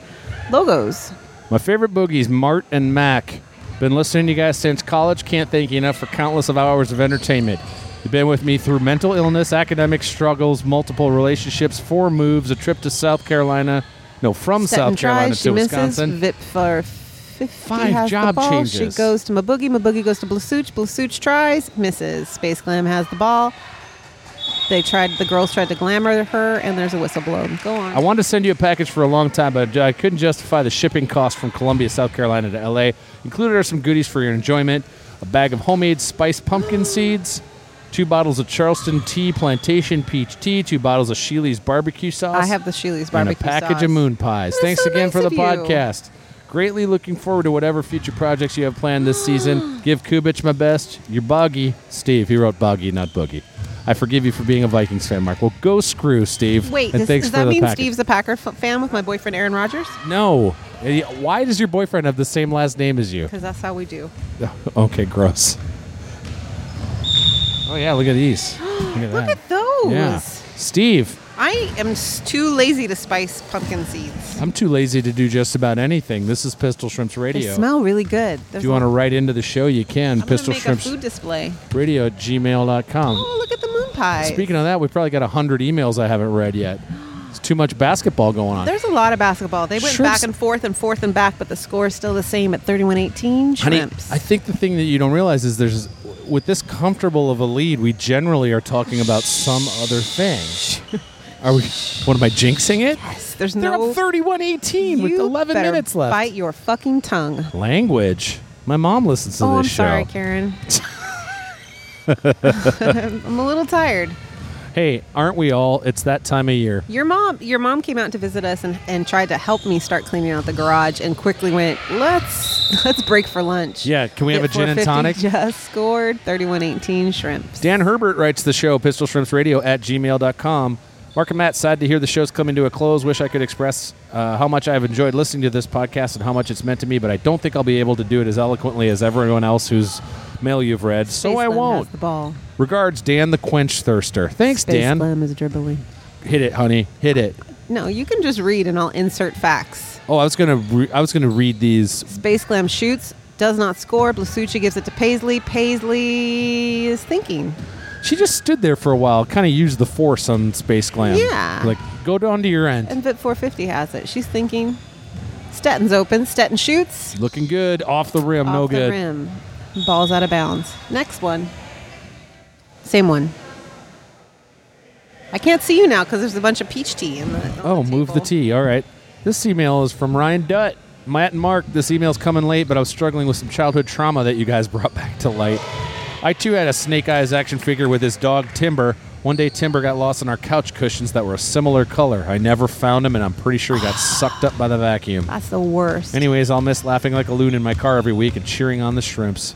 Speaker 2: logos.
Speaker 1: My favorite boogies, Mart and Mac. Been listening to you guys since college. Can't thank you enough for countless of hours of entertainment. You've been with me through mental illness, academic struggles, multiple relationships, four moves, a trip to South Carolina, no, from
Speaker 2: Set
Speaker 1: South
Speaker 2: and
Speaker 1: Carolina
Speaker 2: tries, she
Speaker 1: to Wisconsin.
Speaker 2: misses. Vip for 50
Speaker 1: Five
Speaker 2: has
Speaker 1: job
Speaker 2: the ball.
Speaker 1: changes.
Speaker 2: She goes to Maboogie. Maboogie goes to Blasuch. Blasuch tries, misses. Space Glam has the ball. They tried. The girls tried to glamour her, and there's a whistle blown. Go on.
Speaker 1: I wanted to send you a package for a long time, but I couldn't justify the shipping cost from Columbia, South Carolina to LA. Included are some goodies for your enjoyment a bag of homemade spiced pumpkin seeds, two bottles of Charleston tea, plantation peach tea, two bottles of Sheely's barbecue sauce.
Speaker 2: I have the Sheely's
Speaker 1: and a
Speaker 2: barbecue
Speaker 1: package
Speaker 2: sauce.
Speaker 1: of moon pies.
Speaker 2: That's
Speaker 1: Thanks
Speaker 2: so
Speaker 1: again
Speaker 2: nice
Speaker 1: for the
Speaker 2: of you.
Speaker 1: podcast. Greatly looking forward to whatever future projects you have planned this season. Give Kubich my best. Your boggy, Steve. He wrote boggy, not boogie. I forgive you for being a Vikings fan, Mark. Well, go screw, Steve.
Speaker 2: Wait,
Speaker 1: and
Speaker 2: does,
Speaker 1: thanks
Speaker 2: does
Speaker 1: for
Speaker 2: that
Speaker 1: the
Speaker 2: mean
Speaker 1: package.
Speaker 2: Steve's a Packer f- fan with my boyfriend Aaron Rodgers?
Speaker 1: No. Eh, Why does your boyfriend have the same last name as you?
Speaker 2: Because that's how we do.
Speaker 1: Okay, gross. Oh yeah, look at these. Look at
Speaker 2: Look
Speaker 1: that.
Speaker 2: at those.
Speaker 1: Yeah. Steve,
Speaker 2: I am s- too lazy to spice pumpkin seeds.
Speaker 1: I'm too lazy to do just about anything. This is Pistol Shrimps Radio.
Speaker 2: They smell really good.
Speaker 1: if you want to write into the show, you can.
Speaker 2: I'm
Speaker 1: Pistol
Speaker 2: gonna make
Speaker 1: Shrimps
Speaker 2: a food display.
Speaker 1: Radio at gmail.com.
Speaker 2: Oh, look at the moon pie.
Speaker 1: Speaking of that, we probably got 100 emails I haven't read yet. It's too much basketball going on.
Speaker 2: There's a lot of basketball. They went
Speaker 1: Shrimps-
Speaker 2: back and forth and forth and back, but the score is still the same at 31-18.
Speaker 1: Honey,
Speaker 2: Shrimps.
Speaker 1: I think the thing that you don't realize is there's with this comfortable of a lead, we generally are talking about some other thing. Are we? What am I jinxing it?
Speaker 2: There's
Speaker 1: They're
Speaker 2: no.
Speaker 1: up 31-18 with
Speaker 2: You
Speaker 1: 11
Speaker 2: better
Speaker 1: minutes left.
Speaker 2: Bite your fucking tongue.
Speaker 1: Language. My mom listens to
Speaker 2: oh,
Speaker 1: this show.
Speaker 2: I'm sorry, Karen. I'm a little tired.
Speaker 1: Hey, aren't we all? It's that time of year.
Speaker 2: Your mom, your mom came out to visit us and, and tried to help me start cleaning out the garage, and quickly went, "Let's let's break for lunch."
Speaker 1: Yeah, can we have
Speaker 2: Hit
Speaker 1: a gin and
Speaker 2: 450,
Speaker 1: tonic?
Speaker 2: Just scored thirty-one eighteen shrimps.
Speaker 1: Dan Herbert writes the show, Pistol Shrimps Radio at gmail.com. Mark and Matt, sad to hear the show's coming to a close. Wish I could express uh, how much I've enjoyed listening to this podcast and how much it's meant to me, but I don't think I'll be able to do it as eloquently as everyone else whose mail you've read, so
Speaker 2: Space
Speaker 1: I
Speaker 2: Lim has
Speaker 1: won't.
Speaker 2: the ball.
Speaker 1: Regards, Dan the Quench Thirster. Thanks,
Speaker 2: Space
Speaker 1: Dan.
Speaker 2: Lim is dribbling.
Speaker 1: Hit it, honey. Hit it.
Speaker 2: No, you can just read, and I'll insert facts.
Speaker 1: Oh, I was gonna. Re- I was gonna read these.
Speaker 2: Space Glam shoots, does not score. Blasucci gives it to Paisley. Paisley is thinking.
Speaker 1: She just stood there for a while, kind of used the force on Space Glam.
Speaker 2: Yeah.
Speaker 1: Like, go down to your end.
Speaker 2: And Vit 450 has it. She's thinking. Stetton's open. Stetton shoots.
Speaker 1: Looking good off the rim. no
Speaker 2: off the
Speaker 1: good.
Speaker 2: rim. Ball's out of bounds. Next one. Same one. I can't see you now because there's a bunch of peach tea in the. on
Speaker 1: Oh, move the
Speaker 2: table.
Speaker 1: T. All right. This email is from Ryan Dutt. Matt and Mark, this email's coming late, but I was struggling with some childhood trauma that you guys brought back to light. I too had a Snake Eyes action figure with his dog Timber. One day, Timber got lost in our couch cushions that were a similar color. I never found him, and I'm pretty sure he got sucked up by the vacuum.
Speaker 2: That's the worst.
Speaker 1: Anyways, I'll miss laughing like a loon in my car every week and cheering on the shrimps.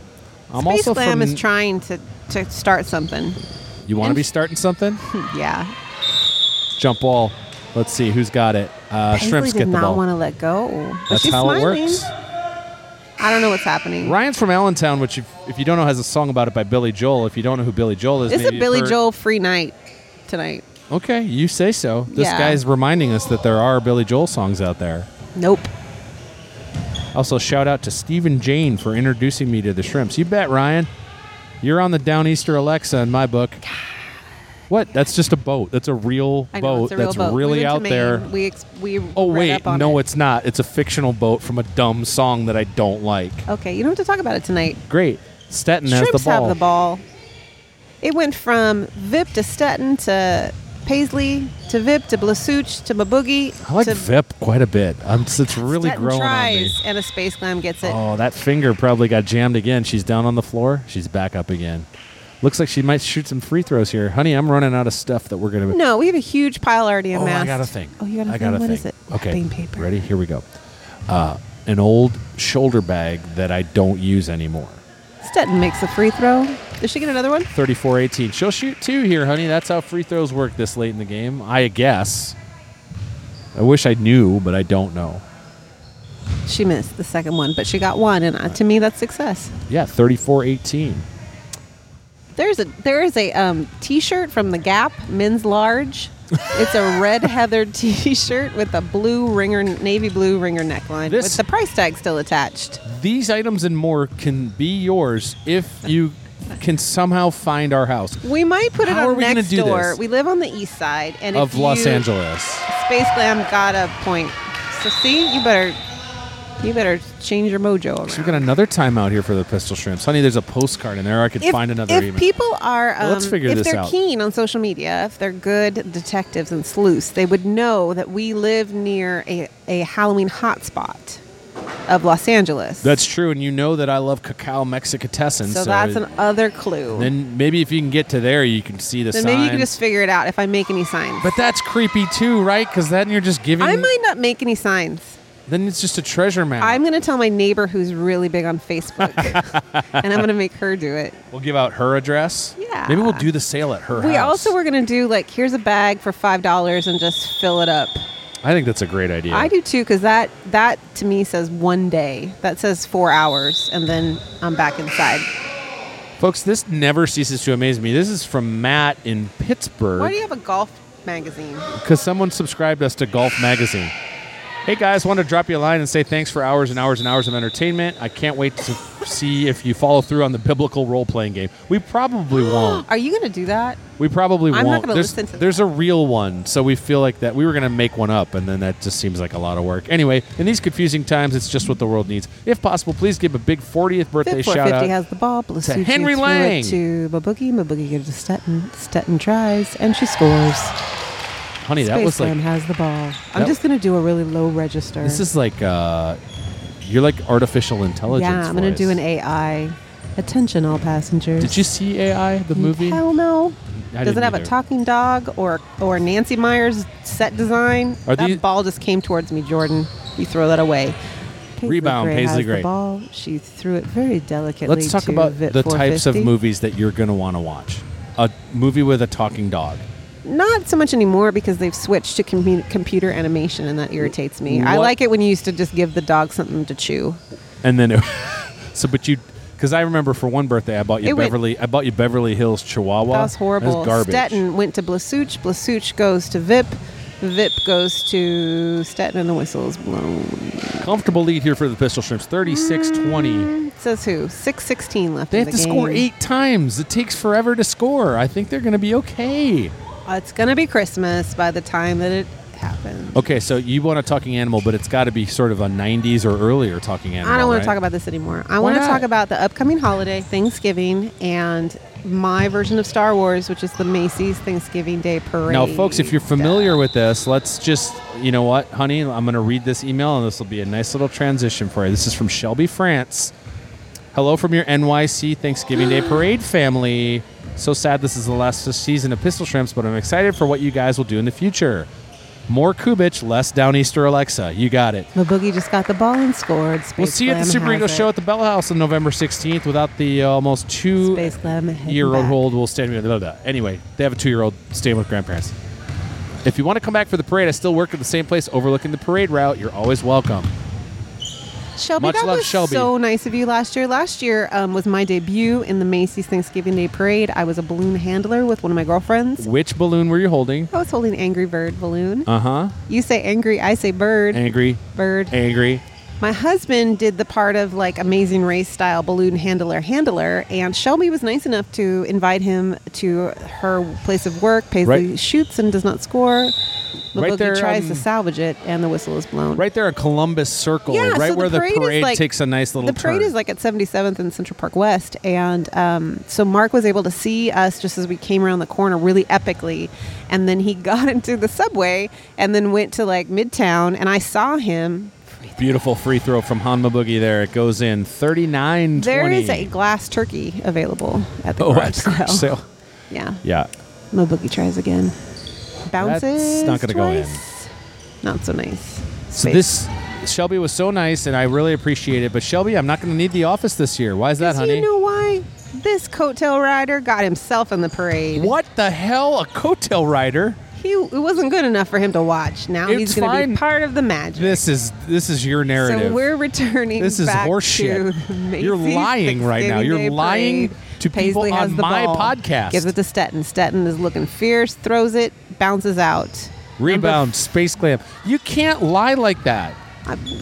Speaker 1: I'm
Speaker 2: Space
Speaker 1: also
Speaker 2: Slam
Speaker 1: from.
Speaker 2: is trying to, to start something.
Speaker 1: you want to be starting something?
Speaker 2: yeah.
Speaker 1: Jump ball. Let's see who's got it. Uh,
Speaker 2: Paisley
Speaker 1: shrimps
Speaker 2: did
Speaker 1: get the
Speaker 2: not
Speaker 1: ball.
Speaker 2: want to let go. But
Speaker 1: That's
Speaker 2: she's
Speaker 1: how
Speaker 2: smiling.
Speaker 1: it works.
Speaker 2: I don't know what's happening.
Speaker 1: Ryan's from Allentown, which, if, if you don't know, has a song about it by Billy Joel. If you don't know who Billy Joel is,
Speaker 2: It's a
Speaker 1: maybe you've
Speaker 2: Billy
Speaker 1: heard-
Speaker 2: Joel free night tonight.
Speaker 1: Okay, you say so. This
Speaker 2: Yeah.
Speaker 1: guy's reminding us that there are Billy Joel songs out there.
Speaker 2: Nope.
Speaker 1: Also, shout out to Stephen Jane for introducing me to the Shrimps. You bet, Ryan. You're on the Downeaster Alexa in my book. What? That's just a boat. That's a real
Speaker 2: I know
Speaker 1: boat
Speaker 2: it's a real
Speaker 1: that's
Speaker 2: boat. We
Speaker 1: really
Speaker 2: went to
Speaker 1: out
Speaker 2: Maine.
Speaker 1: there.
Speaker 2: We ex- we
Speaker 1: oh,
Speaker 2: read
Speaker 1: wait.
Speaker 2: up on
Speaker 1: No,
Speaker 2: it.
Speaker 1: it's not. It's a fictional boat from a dumb song that I don't like.
Speaker 2: okay. You don't have to talk about it tonight.
Speaker 1: Great. Stetton has
Speaker 2: Shrimps
Speaker 1: the ball.
Speaker 2: have the ball. It went from Vip to Stetton to Paisley to Vip to Blasuch to Maboogie.
Speaker 1: I like
Speaker 2: to
Speaker 1: Vip quite a bit. I'm, it's really
Speaker 2: Stetton
Speaker 1: growing on me.
Speaker 2: tries, and a space glam gets it.
Speaker 1: Oh, that finger probably got jammed again. She's down on the floor. She's back up again. Looks like she might shoot some free throws here. Honey, I'm running out of stuff that we're going to.
Speaker 2: No, we have a huge pile already
Speaker 1: Oh,
Speaker 2: amassed.
Speaker 1: I got a thing.
Speaker 2: Oh, you got a
Speaker 1: I
Speaker 2: thing?
Speaker 1: got a
Speaker 2: What
Speaker 1: thing.
Speaker 2: is it?
Speaker 1: Okay.
Speaker 2: Plain paper.
Speaker 1: Ready? Here we go. Uh, an old shoulder bag that I don't use anymore.
Speaker 2: Stetton makes a free throw. Does she get another one?
Speaker 1: 34 18. She'll shoot two here, honey. That's how free throws work this late in the game, I guess. I wish I knew, but I don't know.
Speaker 2: She missed the second one, but she got one, and uh, to me, that's success.
Speaker 1: Yeah, 34 18.
Speaker 2: There's a there is a um, t-shirt from the Gap, men's large. It's a red heathered t-shirt with a blue ringer, navy blue ringer neckline,
Speaker 1: This-
Speaker 2: with the price tag still attached.
Speaker 1: These items and more can be yours if you can somehow find our house
Speaker 2: We might put
Speaker 1: How
Speaker 2: it
Speaker 1: are
Speaker 2: on
Speaker 1: we gonna
Speaker 2: next
Speaker 1: do
Speaker 2: door.
Speaker 1: this?
Speaker 2: We live on the east side, and
Speaker 1: of
Speaker 2: if
Speaker 1: Los
Speaker 2: you-
Speaker 1: Angeles.
Speaker 2: Space Glam got a point. So see, you better you better change your mojo around.
Speaker 1: We've got another timeout here for the pistol shrimps. Honey, there's a postcard in there. I could
Speaker 2: if,
Speaker 1: find another
Speaker 2: if
Speaker 1: email.
Speaker 2: people are um,
Speaker 1: Well, let's figure
Speaker 2: if
Speaker 1: this
Speaker 2: they're
Speaker 1: out.
Speaker 2: keen on social media if they're good detectives and sleuths they would know that we live near a, a halloween hotspot of los angeles
Speaker 1: That's true, and you know that I love Cacao Mexicatessen.
Speaker 2: so, that's
Speaker 1: it-
Speaker 2: an other clue
Speaker 1: Then maybe if you can get to there, you can see the
Speaker 2: Then
Speaker 1: sign.
Speaker 2: maybe you can just figure it out if i make any signs
Speaker 1: but that's creepy too, right? Because then you're just giving.
Speaker 2: i might not make any signs
Speaker 1: Then it's just a treasure map.
Speaker 2: i'm going to tell my neighbor who's really big on facebook and i'm going to make her do it
Speaker 1: we'll give out her address.
Speaker 2: Yeah.
Speaker 1: Maybe we'll do the sale at her house.
Speaker 2: we also were going to do like here's a bag for five dollars and just fill it up
Speaker 1: I think that's a great idea.
Speaker 2: I do too, because that that to me says one day. That says four hours, and then I'm back inside.
Speaker 1: Folks, this never ceases to amaze me. This is from Matt in Pittsburgh.
Speaker 2: Why do you have a golf magazine?
Speaker 1: because someone subscribed us to Golf Magazine. Hey guys, want to drop you a line and say thanks for hours and hours and hours of entertainment. I can't wait to see if you follow through on the biblical role playing game. We probably won't.
Speaker 2: Are you going to do that?
Speaker 1: We probably
Speaker 2: I'm not
Speaker 1: won't.
Speaker 2: gonna
Speaker 1: there's
Speaker 2: listen to
Speaker 1: there's a real one, so we feel like that we were gonna make one up, and then that just seems like a lot of work. Anyway, in these confusing times, it's just what the world needs. If possible, please give a big 40th birthday
Speaker 2: Fit
Speaker 1: shout
Speaker 2: 450
Speaker 1: out.
Speaker 2: has the ball. Blue
Speaker 1: to Henry Lang.
Speaker 2: to Maboogie. Maboogie gives to Stetton. Stetton tries, and she scores.
Speaker 1: Honey, that
Speaker 2: Space
Speaker 1: was like
Speaker 2: Slam has the ball. I'm
Speaker 1: that-
Speaker 2: just going to do a really low register.
Speaker 1: this is like uh, you're like artificial intelligence.
Speaker 2: yeah, I'm going to do
Speaker 1: voice.
Speaker 2: an AI. Attention, all passengers.
Speaker 1: Did you see AI the movie?
Speaker 2: Mm, Hell no.
Speaker 1: I
Speaker 2: Does it
Speaker 1: didn't
Speaker 2: have
Speaker 1: either.
Speaker 2: a talking dog or or Nancy Myers set design?
Speaker 1: Are
Speaker 2: that
Speaker 1: these-
Speaker 2: ball just came towards me, Jordan. You throw that away. Paisley
Speaker 1: Rebound,
Speaker 2: Gray
Speaker 1: Paisley
Speaker 2: has
Speaker 1: Gray.
Speaker 2: The ball. She threw it very delicately.
Speaker 1: Let's talk
Speaker 2: to
Speaker 1: about
Speaker 2: Vit
Speaker 1: the types of
Speaker 2: 450.
Speaker 1: movies that you're going to want to watch. A movie with a talking dog.
Speaker 2: Not so much anymore because they've switched to commu- computer animation, and that irritates me. I
Speaker 1: What-
Speaker 2: like it when you used to just give the dog something to chew.
Speaker 1: And then so but you cuz I remember for one birthday I bought you
Speaker 2: It went-
Speaker 1: Beverly I bought you Beverly Hills Chihuahua.
Speaker 2: that was horrible.
Speaker 1: That's garbage.
Speaker 2: Stetton went to Blasuch. Blasuch goes to Vip. Vip goes to Stetton, and the whistle is blown.
Speaker 1: Comfortable lead here for the Pistol Shrimps 36-20.
Speaker 2: Says who? Six sixteen left.
Speaker 1: They
Speaker 2: in
Speaker 1: have to
Speaker 2: Mm. the game.
Speaker 1: score 8 times. It takes forever to score. I think they're going to be okay.
Speaker 2: It's gonna be Christmas by the time that it happens.
Speaker 1: Okay, so you want a talking animal, but it's got to be sort of a 90s or earlier talking animal.
Speaker 2: I don't want
Speaker 1: right?
Speaker 2: to talk about this anymore. I
Speaker 1: Why
Speaker 2: want to
Speaker 1: not?
Speaker 2: talk about the upcoming holiday, Thanksgiving, and my version of Star Wars, which is the Macy's Thanksgiving Day Parade.
Speaker 1: Now, folks, if you're familiar with this, let's just, you know what, honey, I'm going to read this email and this will be a nice little transition for you. This is from Shelby France. Hello from your NYC Thanksgiving Day Parade family. So sad this is the last season of Pistol Shrimps, but I'm excited for what you guys will do in the future. More Kubich, less Downeaster Alexa. You got it.
Speaker 2: the boogie just got the ball and scored. Space
Speaker 1: We'll see you at the
Speaker 2: Glam
Speaker 1: Super
Speaker 2: has
Speaker 1: Ego
Speaker 2: it.
Speaker 1: show at the Bell House on November 16th without the uh, almost two
Speaker 2: Space Glam heading
Speaker 1: year
Speaker 2: back.
Speaker 1: old will stay with blah, blah, blah. anyway they have a two year old staying with grandparents if you want to come back for the parade i still work at the same place overlooking the parade route you're always welcome
Speaker 2: Shelby,
Speaker 1: Much
Speaker 2: that
Speaker 1: love,
Speaker 2: was
Speaker 1: Shelby.
Speaker 2: so nice of you last year. Last year um, was my debut in the Macy's Thanksgiving Day Parade. I was a balloon handler with one of my girlfriends.
Speaker 1: which balloon were you holding
Speaker 2: I was holding an Angry Bird balloon.
Speaker 1: uh-huh
Speaker 2: you say angry, I say bird.
Speaker 1: angry
Speaker 2: bird.
Speaker 1: angry
Speaker 2: My husband did the part of like Amazing Race style balloon handler handler, and Shelby was nice enough to invite him to her place of work. Paisley
Speaker 1: Right.
Speaker 2: shoots and does not score. The
Speaker 1: Right
Speaker 2: boogie
Speaker 1: there,
Speaker 2: tries
Speaker 1: um,
Speaker 2: to salvage it, and the whistle is blown.
Speaker 1: right there at columbus circle
Speaker 2: Yeah,
Speaker 1: right
Speaker 2: so
Speaker 1: where the
Speaker 2: parade, is,
Speaker 1: parade
Speaker 2: like-
Speaker 1: takes a nice little
Speaker 2: The parade
Speaker 1: turn
Speaker 2: is like at 77th and Central Park West, and um, so Mark was able to see us just as we came around the corner, really epically, and then he got into the subway and then went to like Midtown, and I saw him
Speaker 1: beautiful free throw from hanma boogie there it goes in 39
Speaker 2: There is a glass turkey available at the
Speaker 1: oh
Speaker 2: garage
Speaker 1: at the garage
Speaker 2: sale.
Speaker 1: sale.
Speaker 2: Yeah.
Speaker 1: yeah
Speaker 2: My boogie tries again. Bounces.
Speaker 1: not gonna go in.
Speaker 2: twice. Not so nice.
Speaker 1: So this Shelby was so nice, and I really appreciate it. But Shelby, I'm not going to need the office this year. Why is that,
Speaker 2: Do
Speaker 1: honey?
Speaker 2: you know why? This coattail rider got himself in the parade.
Speaker 1: what the hell? A coattail rider?
Speaker 2: He it wasn't good enough for him to watch. Now he's
Speaker 1: It's
Speaker 2: going to
Speaker 1: fine.
Speaker 2: be part of the magic.
Speaker 1: This is this is your narrative.
Speaker 2: So we're returning.
Speaker 1: This is
Speaker 2: back
Speaker 1: horseshit.
Speaker 2: To Macy's
Speaker 1: You're lying right now.
Speaker 2: Thanksgiving
Speaker 1: You're
Speaker 2: Day
Speaker 1: lying
Speaker 2: Parade.
Speaker 1: to people
Speaker 2: Paisley has
Speaker 1: on
Speaker 2: the
Speaker 1: my
Speaker 2: ball,
Speaker 1: podcast.
Speaker 2: Gives it to Stetton. Stetton is looking fierce. Throws it. Bounces out.
Speaker 1: Rebound, space clamp. You can't lie like that.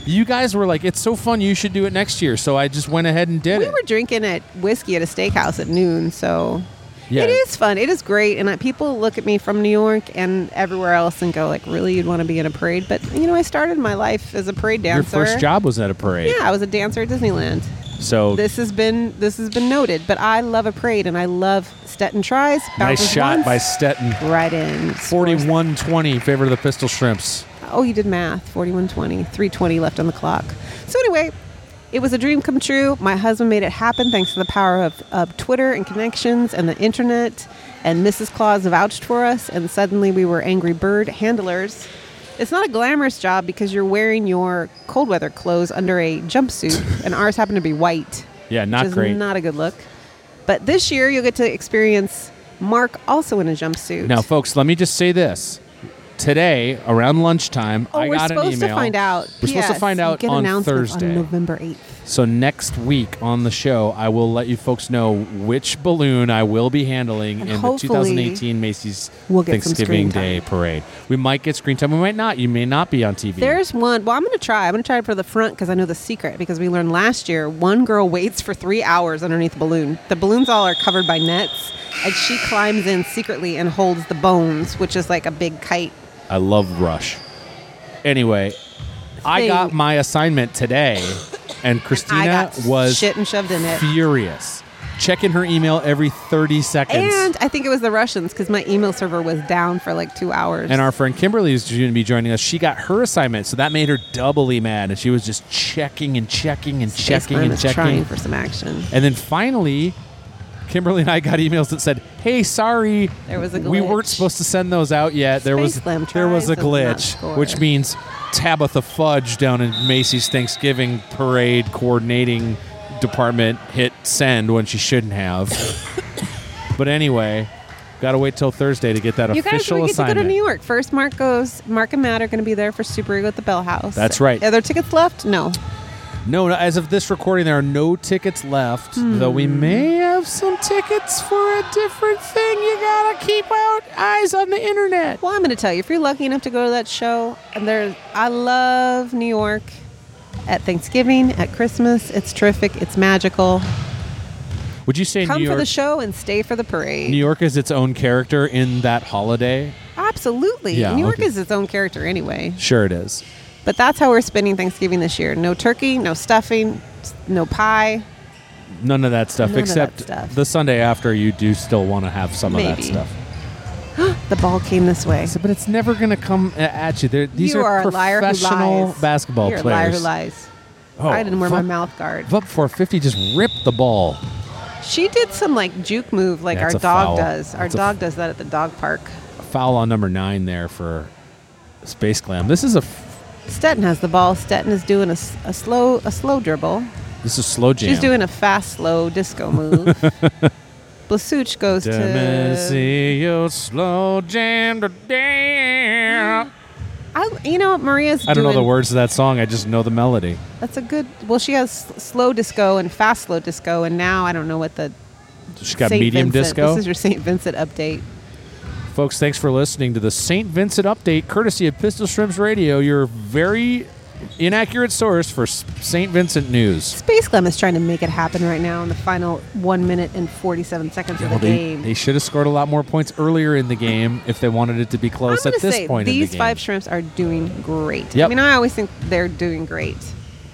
Speaker 1: You guys were like, "It's so fun. You should do it next year." So I just went ahead and did
Speaker 2: We
Speaker 1: it.
Speaker 2: were drinking at whiskey at a steakhouse at noon. So
Speaker 1: Yeah.
Speaker 2: it is fun. It is great. And uh, people look at me from New York and everywhere else and go like, "Really, you'd want to be in a parade?" But you know, I started my life as a parade dancer.
Speaker 1: Your first job was at a parade.
Speaker 2: Yeah, I was a dancer at Disneyland.
Speaker 1: So
Speaker 2: This has been this has been noted, but I love a parade and I love Stetton tries.
Speaker 1: nice
Speaker 2: bounces
Speaker 1: shot
Speaker 2: once,
Speaker 1: by Stetton.
Speaker 2: right in.
Speaker 1: 41 20 favor of the pistol shrimps.
Speaker 2: Oh, you did math. 4120, 320 left on the clock. So anyway, it was a dream come true. My husband made it happen thanks to the power of, of Twitter and connections and the internet. And Mrs. Claus vouched for us, and suddenly we were Angry Bird handlers. It's not a glamorous job because you're wearing your cold weather clothes under a jumpsuit, and ours happened to be white.
Speaker 1: Yeah,
Speaker 2: which
Speaker 1: not
Speaker 2: is
Speaker 1: great.
Speaker 2: Not a good look. But this year, you'll get to experience Mark also in a jumpsuit.
Speaker 1: Now, folks, let me just say this. Today, around lunchtime,
Speaker 2: Oh,
Speaker 1: I
Speaker 2: we're
Speaker 1: got an
Speaker 2: supposed
Speaker 1: email.
Speaker 2: to find out.
Speaker 1: We're supposed to
Speaker 2: PS,
Speaker 1: find
Speaker 2: you
Speaker 1: out
Speaker 2: get
Speaker 1: on
Speaker 2: announcements
Speaker 1: Thursday.
Speaker 2: on November eighth.
Speaker 1: so next week on the show, I will let you folks know which balloon I will be handling
Speaker 2: And
Speaker 1: in the
Speaker 2: hopefully
Speaker 1: 2018 Macy's
Speaker 2: we'll get some
Speaker 1: Thanksgiving
Speaker 2: screen
Speaker 1: Day
Speaker 2: time.
Speaker 1: Parade. We might get screen time. We might not. You may not be on TV.
Speaker 2: There's one. Well, I'm going to try. I'm going to try it for the front because I know the secret. Because we learned last year, one girl waits for three hours underneath the balloon. The balloons all are covered by nets, and she climbs in secretly and holds the bones, which is like a big kite.
Speaker 1: I love Rush. Anyway, I
Speaker 2: Thing.
Speaker 1: got my assignment today, and Christina
Speaker 2: I got
Speaker 1: was
Speaker 2: shit and shoved in it.
Speaker 1: furious. Checking her email every 30 seconds.
Speaker 2: And I think it was the Russians because my email server was down for like two hours.
Speaker 1: And our friend Kimberly is going to be joining us. She got her assignment, so that made her doubly mad. And she was just checking and checking and
Speaker 2: Space
Speaker 1: checking
Speaker 2: Climb
Speaker 1: and
Speaker 2: is trying
Speaker 1: checking.
Speaker 2: for some action.
Speaker 1: And then finally, Kimberly and I got emails that said, "Hey, sorry,
Speaker 2: There was a
Speaker 1: we weren't
Speaker 2: glitch."
Speaker 1: supposed to send those out yet. there was
Speaker 2: Space Slam
Speaker 1: there was a
Speaker 2: tries and does
Speaker 1: glitch,
Speaker 2: not score.
Speaker 1: which means Tabitha Fudge down in Macy's Thanksgiving Parade coordinating department hit send when she shouldn't have. but anyway, got to wait till Thursday to get that
Speaker 2: You guys,
Speaker 1: official
Speaker 2: we get to go
Speaker 1: assignment.
Speaker 2: to New York. First, Mark goes. Mark and Matt are going to be there for Super Ego at the Bell House.
Speaker 1: That's right.
Speaker 2: Are there tickets left? No.
Speaker 1: No, no, as of this recording, there are no tickets left, though we
Speaker 2: Hmm.
Speaker 1: may have some tickets for a different thing. You gotta keep out eyes on the internet.
Speaker 2: Well, I'm going to tell you. If you're lucky enough to go to that show, and there, I love New York. At Thanksgiving, at Christmas, it's terrific. It's magical.
Speaker 1: Would you say
Speaker 2: Come
Speaker 1: New
Speaker 2: for
Speaker 1: York?
Speaker 2: the show and stay for the parade.
Speaker 1: New York is its own character in that holiday.
Speaker 2: Absolutely.
Speaker 1: Yeah,
Speaker 2: New York
Speaker 1: okay.
Speaker 2: is its own character anyway.
Speaker 1: Sure, it is.
Speaker 2: But that's how we're spending Thanksgiving this year. No turkey, no stuffing, s- no pie.
Speaker 1: None of that stuff,
Speaker 2: None of that
Speaker 1: except
Speaker 2: stuff.
Speaker 1: the Sunday after. You do still want to have some of that
Speaker 2: Maybe.
Speaker 1: stuff,
Speaker 2: The ball came this way.
Speaker 1: So- but it's never gonna come a- at you. They're, these
Speaker 2: you
Speaker 1: are,
Speaker 2: a liar who
Speaker 1: professional
Speaker 2: lies.
Speaker 1: basketball
Speaker 2: You're
Speaker 1: players.
Speaker 2: a liar who lies.
Speaker 1: Oh,
Speaker 2: I didn't wear my
Speaker 1: Vup-
Speaker 2: mouth guard.
Speaker 1: Vup 450 just ripped the ball.
Speaker 2: She did some like juke move, like
Speaker 1: That's
Speaker 2: our
Speaker 1: a
Speaker 2: dog
Speaker 1: foul.
Speaker 2: does. Our
Speaker 1: That's a
Speaker 2: dog
Speaker 1: f-
Speaker 2: does that at the dog park.
Speaker 1: foul on number nine there for Space Glam. This is a f-
Speaker 2: Stetton has the ball. Stetton is doing a, s- a slow a slow dribble.
Speaker 1: this is slow jam.
Speaker 2: She's doing a fast slow disco move. Blasuch goes to.
Speaker 1: Demosio slow jam today.
Speaker 2: I, you know, Maria's.
Speaker 1: I don't know
Speaker 2: doing-
Speaker 1: the words of that song. I just know the melody.
Speaker 2: That's a good. Well, she has s- slow disco and fast slow disco, and now I don't know what the.
Speaker 1: She's got
Speaker 2: Saint
Speaker 1: medium
Speaker 2: Vincent-
Speaker 1: disco.
Speaker 2: This is your Saint Vincent update.
Speaker 1: Folks, thanks for listening to the St. Vincent update, courtesy of Pistol Shrimps Radio, your very inaccurate source for S- St. Vincent news.
Speaker 2: Space Glam is trying to make it happen right now in the final one minute and forty-seven seconds of the
Speaker 1: they,
Speaker 2: game.
Speaker 1: they should have scored a lot more points earlier in the game if they wanted it to be
Speaker 2: I'm
Speaker 1: close
Speaker 2: gonna
Speaker 1: at this
Speaker 2: say
Speaker 1: point in the
Speaker 2: these
Speaker 1: game.
Speaker 2: five shrimps are doing great. I
Speaker 1: Yep.
Speaker 2: mean, I always think they're doing great.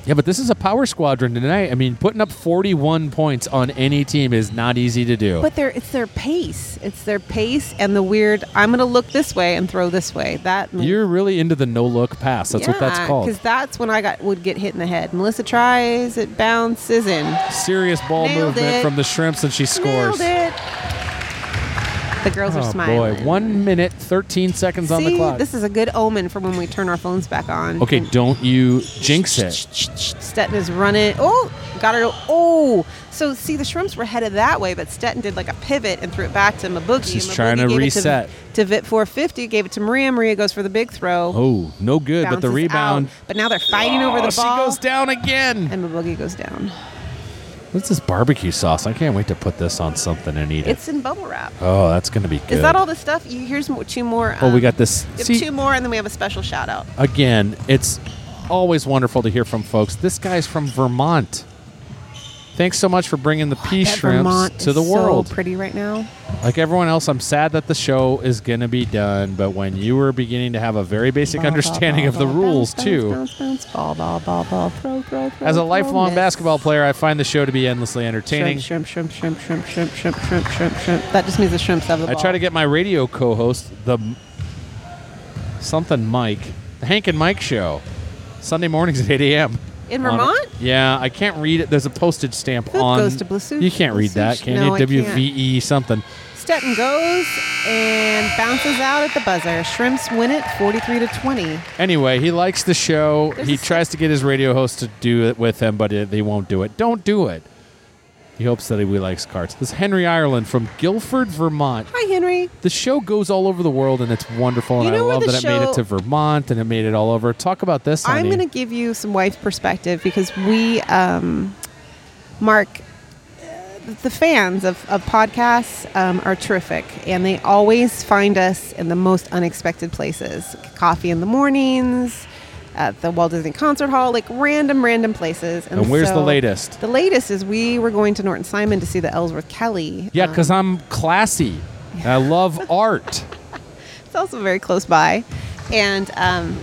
Speaker 1: Yeah, but this is a power squadron tonight. I mean, putting up 41 points on any team is not easy to do.
Speaker 2: But they're, it's their pace. It's their pace and the weird. I'm going to look this way and throw this way. That
Speaker 1: You're really into the no look pass. That's what that's
Speaker 2: Because
Speaker 1: called.
Speaker 2: that's when I got would get hit in the head. Melissa tries, it bounces in.
Speaker 1: Serious ball
Speaker 2: Nailed
Speaker 1: movement
Speaker 2: it.
Speaker 1: from the shrimps, and she scores.
Speaker 2: Nailed it. The girls are
Speaker 1: Oh
Speaker 2: smiling.
Speaker 1: boy, one minute, thirteen seconds on the
Speaker 2: See,
Speaker 1: clock.
Speaker 2: this is a good omen for when we turn our phones back on.
Speaker 1: okay,
Speaker 2: And
Speaker 1: don't you jinx it.
Speaker 2: Stetton is running. Oh, got her. Oh, so see, the shrimps were headed that way, but Stetton did like a pivot and threw it back to Mabugi.
Speaker 1: She's
Speaker 2: Mabugi
Speaker 1: trying to
Speaker 2: gave it
Speaker 1: reset.
Speaker 2: To, Vit 450, gave it to Maria. Maria goes for the big throw.
Speaker 1: Oh, no good. But the
Speaker 2: bounces
Speaker 1: rebound.
Speaker 2: out, but now they're fighting over
Speaker 1: Oh,
Speaker 2: the
Speaker 1: she
Speaker 2: ball.
Speaker 1: goes down again.
Speaker 2: And Mabugi goes down.
Speaker 1: What's this barbecue sauce? I can't wait to put this on something and eat it.
Speaker 2: It's in bubble wrap.
Speaker 1: oh, that's gonna be good.
Speaker 2: Is that all the stuff? You, here's mo- two more.
Speaker 1: Oh, we
Speaker 2: um,
Speaker 1: got this.
Speaker 2: we have
Speaker 1: See,
Speaker 2: two more, and then we have a special shout out.
Speaker 1: again, it's always wonderful to hear from folks. This guy's from Vermont. Thanks so much for bringing the pea
Speaker 2: That
Speaker 1: shrimps
Speaker 2: Vermont
Speaker 1: to
Speaker 2: is
Speaker 1: the world.
Speaker 2: So pretty right now.
Speaker 1: Like everyone else, I'm sad that the show is going to be done, but when you were beginning to have a very basic
Speaker 2: Ball,
Speaker 1: understanding
Speaker 2: ball,
Speaker 1: of the
Speaker 2: ball,
Speaker 1: rules,
Speaker 2: bounce,
Speaker 1: too,
Speaker 2: Bounce, bounce, ball, ball, ball, ball, throw, throw, throw,
Speaker 1: as a
Speaker 2: throw,
Speaker 1: lifelong
Speaker 2: miss.
Speaker 1: basketball player, I find the show to be endlessly entertaining.
Speaker 2: Shrimp, shrimp, shrimp, shrimp, shrimp, shrimp, shrimp, shrimp, shrimp, shrimp. That just means the shrimps have the
Speaker 1: I
Speaker 2: ball.
Speaker 1: try to get my radio co host, the M- something Mike, the Hank and Mike show, Sunday mornings at 8 a.m.
Speaker 2: in
Speaker 1: on-
Speaker 2: Vermont.
Speaker 1: yeah, I can't read it. There's a postage stamp
Speaker 2: Poop
Speaker 1: on.
Speaker 2: goes to Blasuch-
Speaker 1: You can't read that,
Speaker 2: Blasuch.
Speaker 1: can
Speaker 2: No, I
Speaker 1: you?
Speaker 2: can't.
Speaker 1: WVE something.
Speaker 2: Stetton goes and bounces out at the buzzer. Shrimps win it, forty-three to twenty.
Speaker 1: Anyway, he likes the show.
Speaker 2: There's
Speaker 1: he
Speaker 2: a-
Speaker 1: tries to get his radio host to do it with him, but it, they won't do it. Don't do it. He hopes that he likes carts. This is Henry Ireland from Guilford, Vermont.
Speaker 2: Hi, Henry.
Speaker 1: The show goes all over the world, and it's wonderful. And
Speaker 2: You know
Speaker 1: I
Speaker 2: where
Speaker 1: love
Speaker 2: the
Speaker 1: that it made it
Speaker 2: show-
Speaker 1: to Vermont and it made it all over. Talk about this.
Speaker 2: I'm
Speaker 1: honey.
Speaker 2: going to give you some wife perspective because we, um, Mark, uh, the fans of, of podcasts um, are terrific and they always find us in the most unexpected places coffee in the mornings, at the Walt Disney Concert Hall, like random, random places.
Speaker 1: And where's the
Speaker 2: so
Speaker 1: latest?
Speaker 2: The latest is we were going to Norton Simon to see the Ellsworth Kelly.
Speaker 1: Yeah,
Speaker 2: um,
Speaker 1: because I'm classy. And I love art.
Speaker 2: It's also very close by, and um,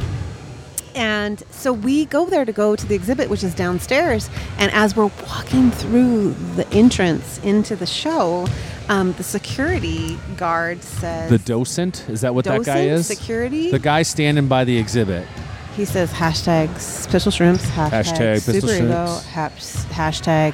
Speaker 2: and so we go there to go to the exhibit, which is downstairs. And as we're walking through the entrance into the show, um, the security guard says,
Speaker 1: The docent is that what that guy
Speaker 2: Docent?
Speaker 1: is?
Speaker 2: Security?
Speaker 1: The guy standing by the exhibit.
Speaker 2: he says hashtag pistol shrimps, hashtag,
Speaker 1: Hashtag pistol
Speaker 2: super ego,
Speaker 1: shrimps.
Speaker 2: haps- hashtag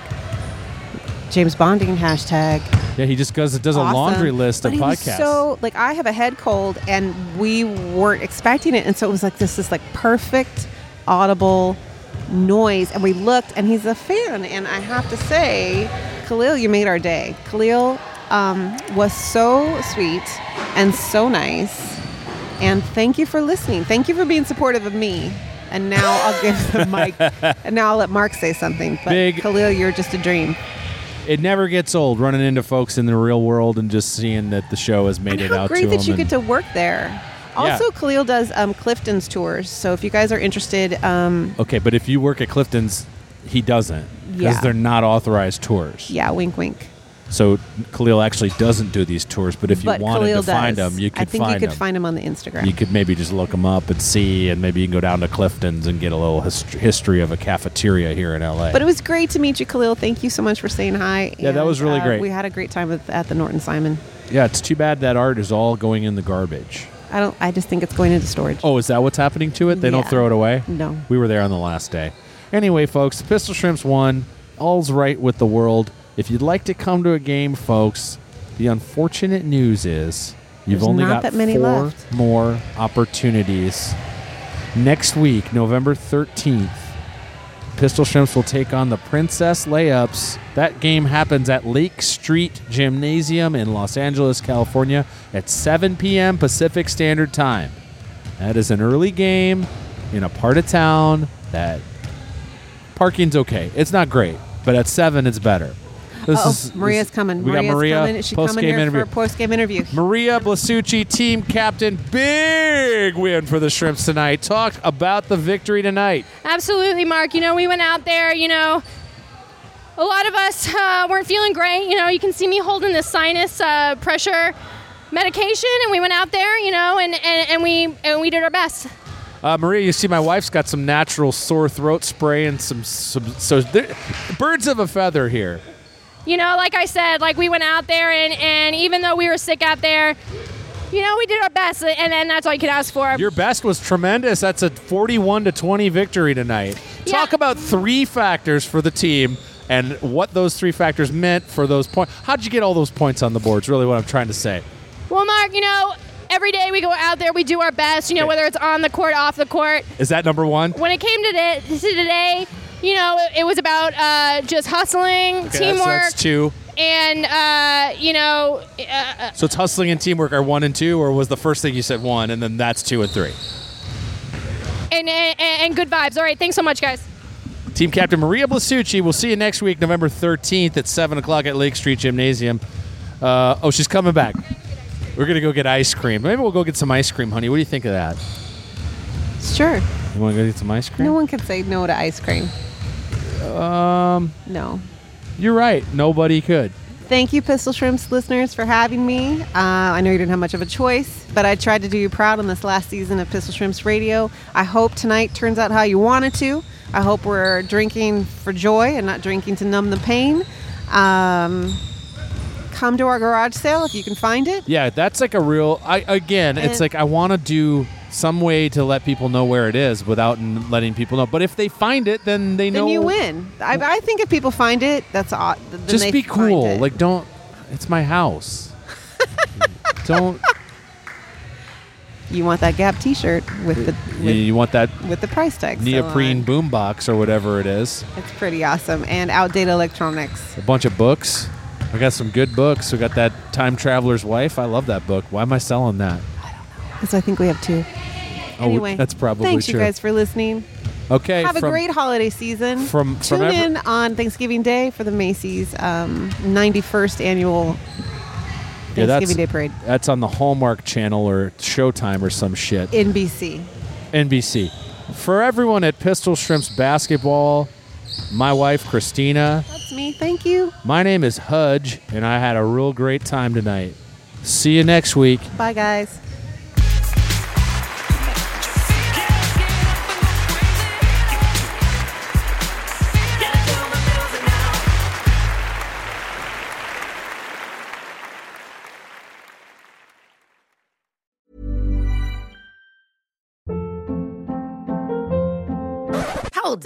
Speaker 2: James Bonding, hashtag
Speaker 1: Yeah, he just goes. It does a
Speaker 2: awesome.
Speaker 1: laundry list
Speaker 2: But
Speaker 1: of
Speaker 2: he was
Speaker 1: podcasts.
Speaker 2: So like I have a head cold and we weren't expecting it. And so it was like this is like perfect audible noise. And we looked and he's a fan. And I have to say, Khalil, you made our day. Khalil um, was so sweet and so nice. And thank you for listening. Thank you for being supportive of me. And now I'll give the mic. And now I'll let Mark say something. But
Speaker 1: Big-
Speaker 2: Khalil, you're just a dream.
Speaker 1: it never gets old running into folks in the real world and just seeing that the show has made
Speaker 2: And
Speaker 1: it
Speaker 2: how
Speaker 1: out
Speaker 2: great
Speaker 1: to
Speaker 2: that
Speaker 1: them
Speaker 2: you
Speaker 1: and-
Speaker 2: get to work there. Also, Khalil does um, Clifton's tours. So if you guys are interested, um,
Speaker 1: okay, but if you work at Clifton's, he doesn't because
Speaker 2: Yeah.
Speaker 1: they're not authorized tours.
Speaker 2: yeah, wink, wink.
Speaker 1: So Khalil actually doesn't do these tours. But if you
Speaker 2: but
Speaker 1: wanted
Speaker 2: Khalil
Speaker 1: to
Speaker 2: does.
Speaker 1: find him, you could
Speaker 2: I think
Speaker 1: find
Speaker 2: you could
Speaker 1: him.
Speaker 2: find him on the Instagram.
Speaker 1: you could maybe just look them up and see, and maybe you can go down to Clifton's and get a little hist- history of a cafeteria here in LA.
Speaker 2: but it was great to meet you, Khalil. Thank you so much for saying hi.
Speaker 1: Yeah, that
Speaker 2: And,
Speaker 1: was really
Speaker 2: uh,
Speaker 1: great.
Speaker 2: We had a great time with, at the Norton Simon.
Speaker 1: yeah, it's too bad that art is all going in the garbage.
Speaker 2: I don't. I just think it's going into storage.
Speaker 1: Oh, is that what's happening to it? They don't
Speaker 2: Yeah.
Speaker 1: throw it away?
Speaker 2: No.
Speaker 1: We were there on the last day. Anyway, folks, Pistol Shrimps won. All's right with the world. If you'd like to come to a game, folks, the unfortunate news is you've
Speaker 2: There's
Speaker 1: only
Speaker 2: not
Speaker 1: got
Speaker 2: that many
Speaker 1: four
Speaker 2: left.
Speaker 1: more opportunities. Next week, November 13th, Pistol Shrimps will take on the Princess Layups. That game happens at Lake Street Gymnasium in Los Angeles, California at 7 p.m. Pacific Standard Time. That is an early game in a part of town that parking's okay. It's not great, but at 7 it's better. This
Speaker 2: Uh-oh,
Speaker 1: is
Speaker 2: Maria's
Speaker 1: this-
Speaker 2: coming.
Speaker 1: We
Speaker 2: Maria's
Speaker 1: got Maria
Speaker 2: coming. She's
Speaker 1: post
Speaker 2: coming
Speaker 1: game
Speaker 2: here
Speaker 1: interview.
Speaker 2: for a post game interview.
Speaker 1: Maria Blasucci, team captain, big win for the Shrimps tonight. Talk about the victory tonight.
Speaker 4: Absolutely, Mark. You know, we went out there, you know, a lot of us uh, weren't feeling great. You know, you can see me holding the sinus uh, pressure medication, and we went out there, you know, and, and, and, we, and we did our best.
Speaker 1: Uh, Maria, you see, my wife's got some natural sore throat spray and some. some so, there, birds of a feather here.
Speaker 4: You know, like I said, like we went out there, and, and even though we were sick out there, you know, we did our best, and then that's all you could ask for.
Speaker 1: Your best was tremendous. That's a 41 to 20 victory tonight.
Speaker 4: Yeah.
Speaker 1: Talk about three factors for the team and what those three factors meant for those points. How'd you get all those points on the board? Is really what I'm trying to say.
Speaker 4: Mark, you know, every day we go out there, we do our best, you know,
Speaker 1: Okay.
Speaker 4: whether it's on the court, off the court.
Speaker 1: Is that number one?
Speaker 4: When it came to, the, to today, you know, it, it was about uh, just hustling,
Speaker 1: Okay, that's-
Speaker 4: teamwork,
Speaker 1: That's, two.
Speaker 4: and, uh, you know, uh,
Speaker 1: So it's hustling and teamwork are one and two, or was the first thing you said one, and then that's two and three?
Speaker 4: and, and, and good vibes. All right, thanks so much, guys.
Speaker 1: Team Captain Maria Blasucci. We'll see you next week, November 13th at 7 o'clock at Lake Street Gymnasium. Uh, oh, she's coming back. We're going to go get ice cream. Maybe we'll go get some ice cream, honey. What do you think of that?
Speaker 2: Sure.
Speaker 1: You want to go get some ice cream?
Speaker 2: No one can say no to ice cream. Um.
Speaker 1: Um,
Speaker 2: No.
Speaker 1: You're right. Nobody could.
Speaker 2: Thank you, Pistol Shrimps listeners, for having me. Uh, I know you didn't have much of a choice, but I tried to do you proud on this last season of Pistol Shrimps Radio. I hope tonight turns out how you wanted to. I hope we're drinking for joy and not drinking to numb the pain. Um, come to our garage sale if you can find it.
Speaker 1: Yeah, that's like a real. I again, it's
Speaker 2: And-
Speaker 1: like I want to do some way to let people know where it is without n- letting people know. But if they find it, then they know.
Speaker 2: Then you win. I, I think if people find it, that's odd. th- then
Speaker 1: Just
Speaker 2: they
Speaker 1: be
Speaker 2: find
Speaker 1: cool.
Speaker 2: it.
Speaker 1: Like don't. It's my house. don't.
Speaker 2: you want that Gap T-shirt with the
Speaker 1: You,
Speaker 2: with,
Speaker 1: you want that
Speaker 2: with the price tag. still
Speaker 1: neoprene
Speaker 2: on.
Speaker 1: boombox or whatever it is.
Speaker 2: It's pretty awesome. And outdated electronics.
Speaker 1: A bunch of books. I got some good books. We got that Time Traveler's Wife. I love that book. Why am I selling that?
Speaker 2: Because I think we have two.
Speaker 1: Oh,
Speaker 2: anyway,
Speaker 1: that's probably
Speaker 2: Thanks
Speaker 1: true.
Speaker 2: you guys for listening.
Speaker 1: Okay.
Speaker 2: Have
Speaker 1: from-
Speaker 2: a great holiday season.
Speaker 1: from-
Speaker 2: tune
Speaker 1: from every-
Speaker 2: in on Thanksgiving Day for the Macy's um, 91st annual
Speaker 1: Yeah, that's-
Speaker 2: Thanksgiving Day Parade.
Speaker 1: That's on the Hallmark Channel or Showtime or some shit.
Speaker 2: NBC.
Speaker 1: NBC. For everyone at Pistol Shrimps Basketball, my wife Christina,
Speaker 2: That's me. Thank you.
Speaker 1: my name is Hudge, and I had a real great time tonight. See you next week.
Speaker 2: Bye, guys.
Speaker 5: Hold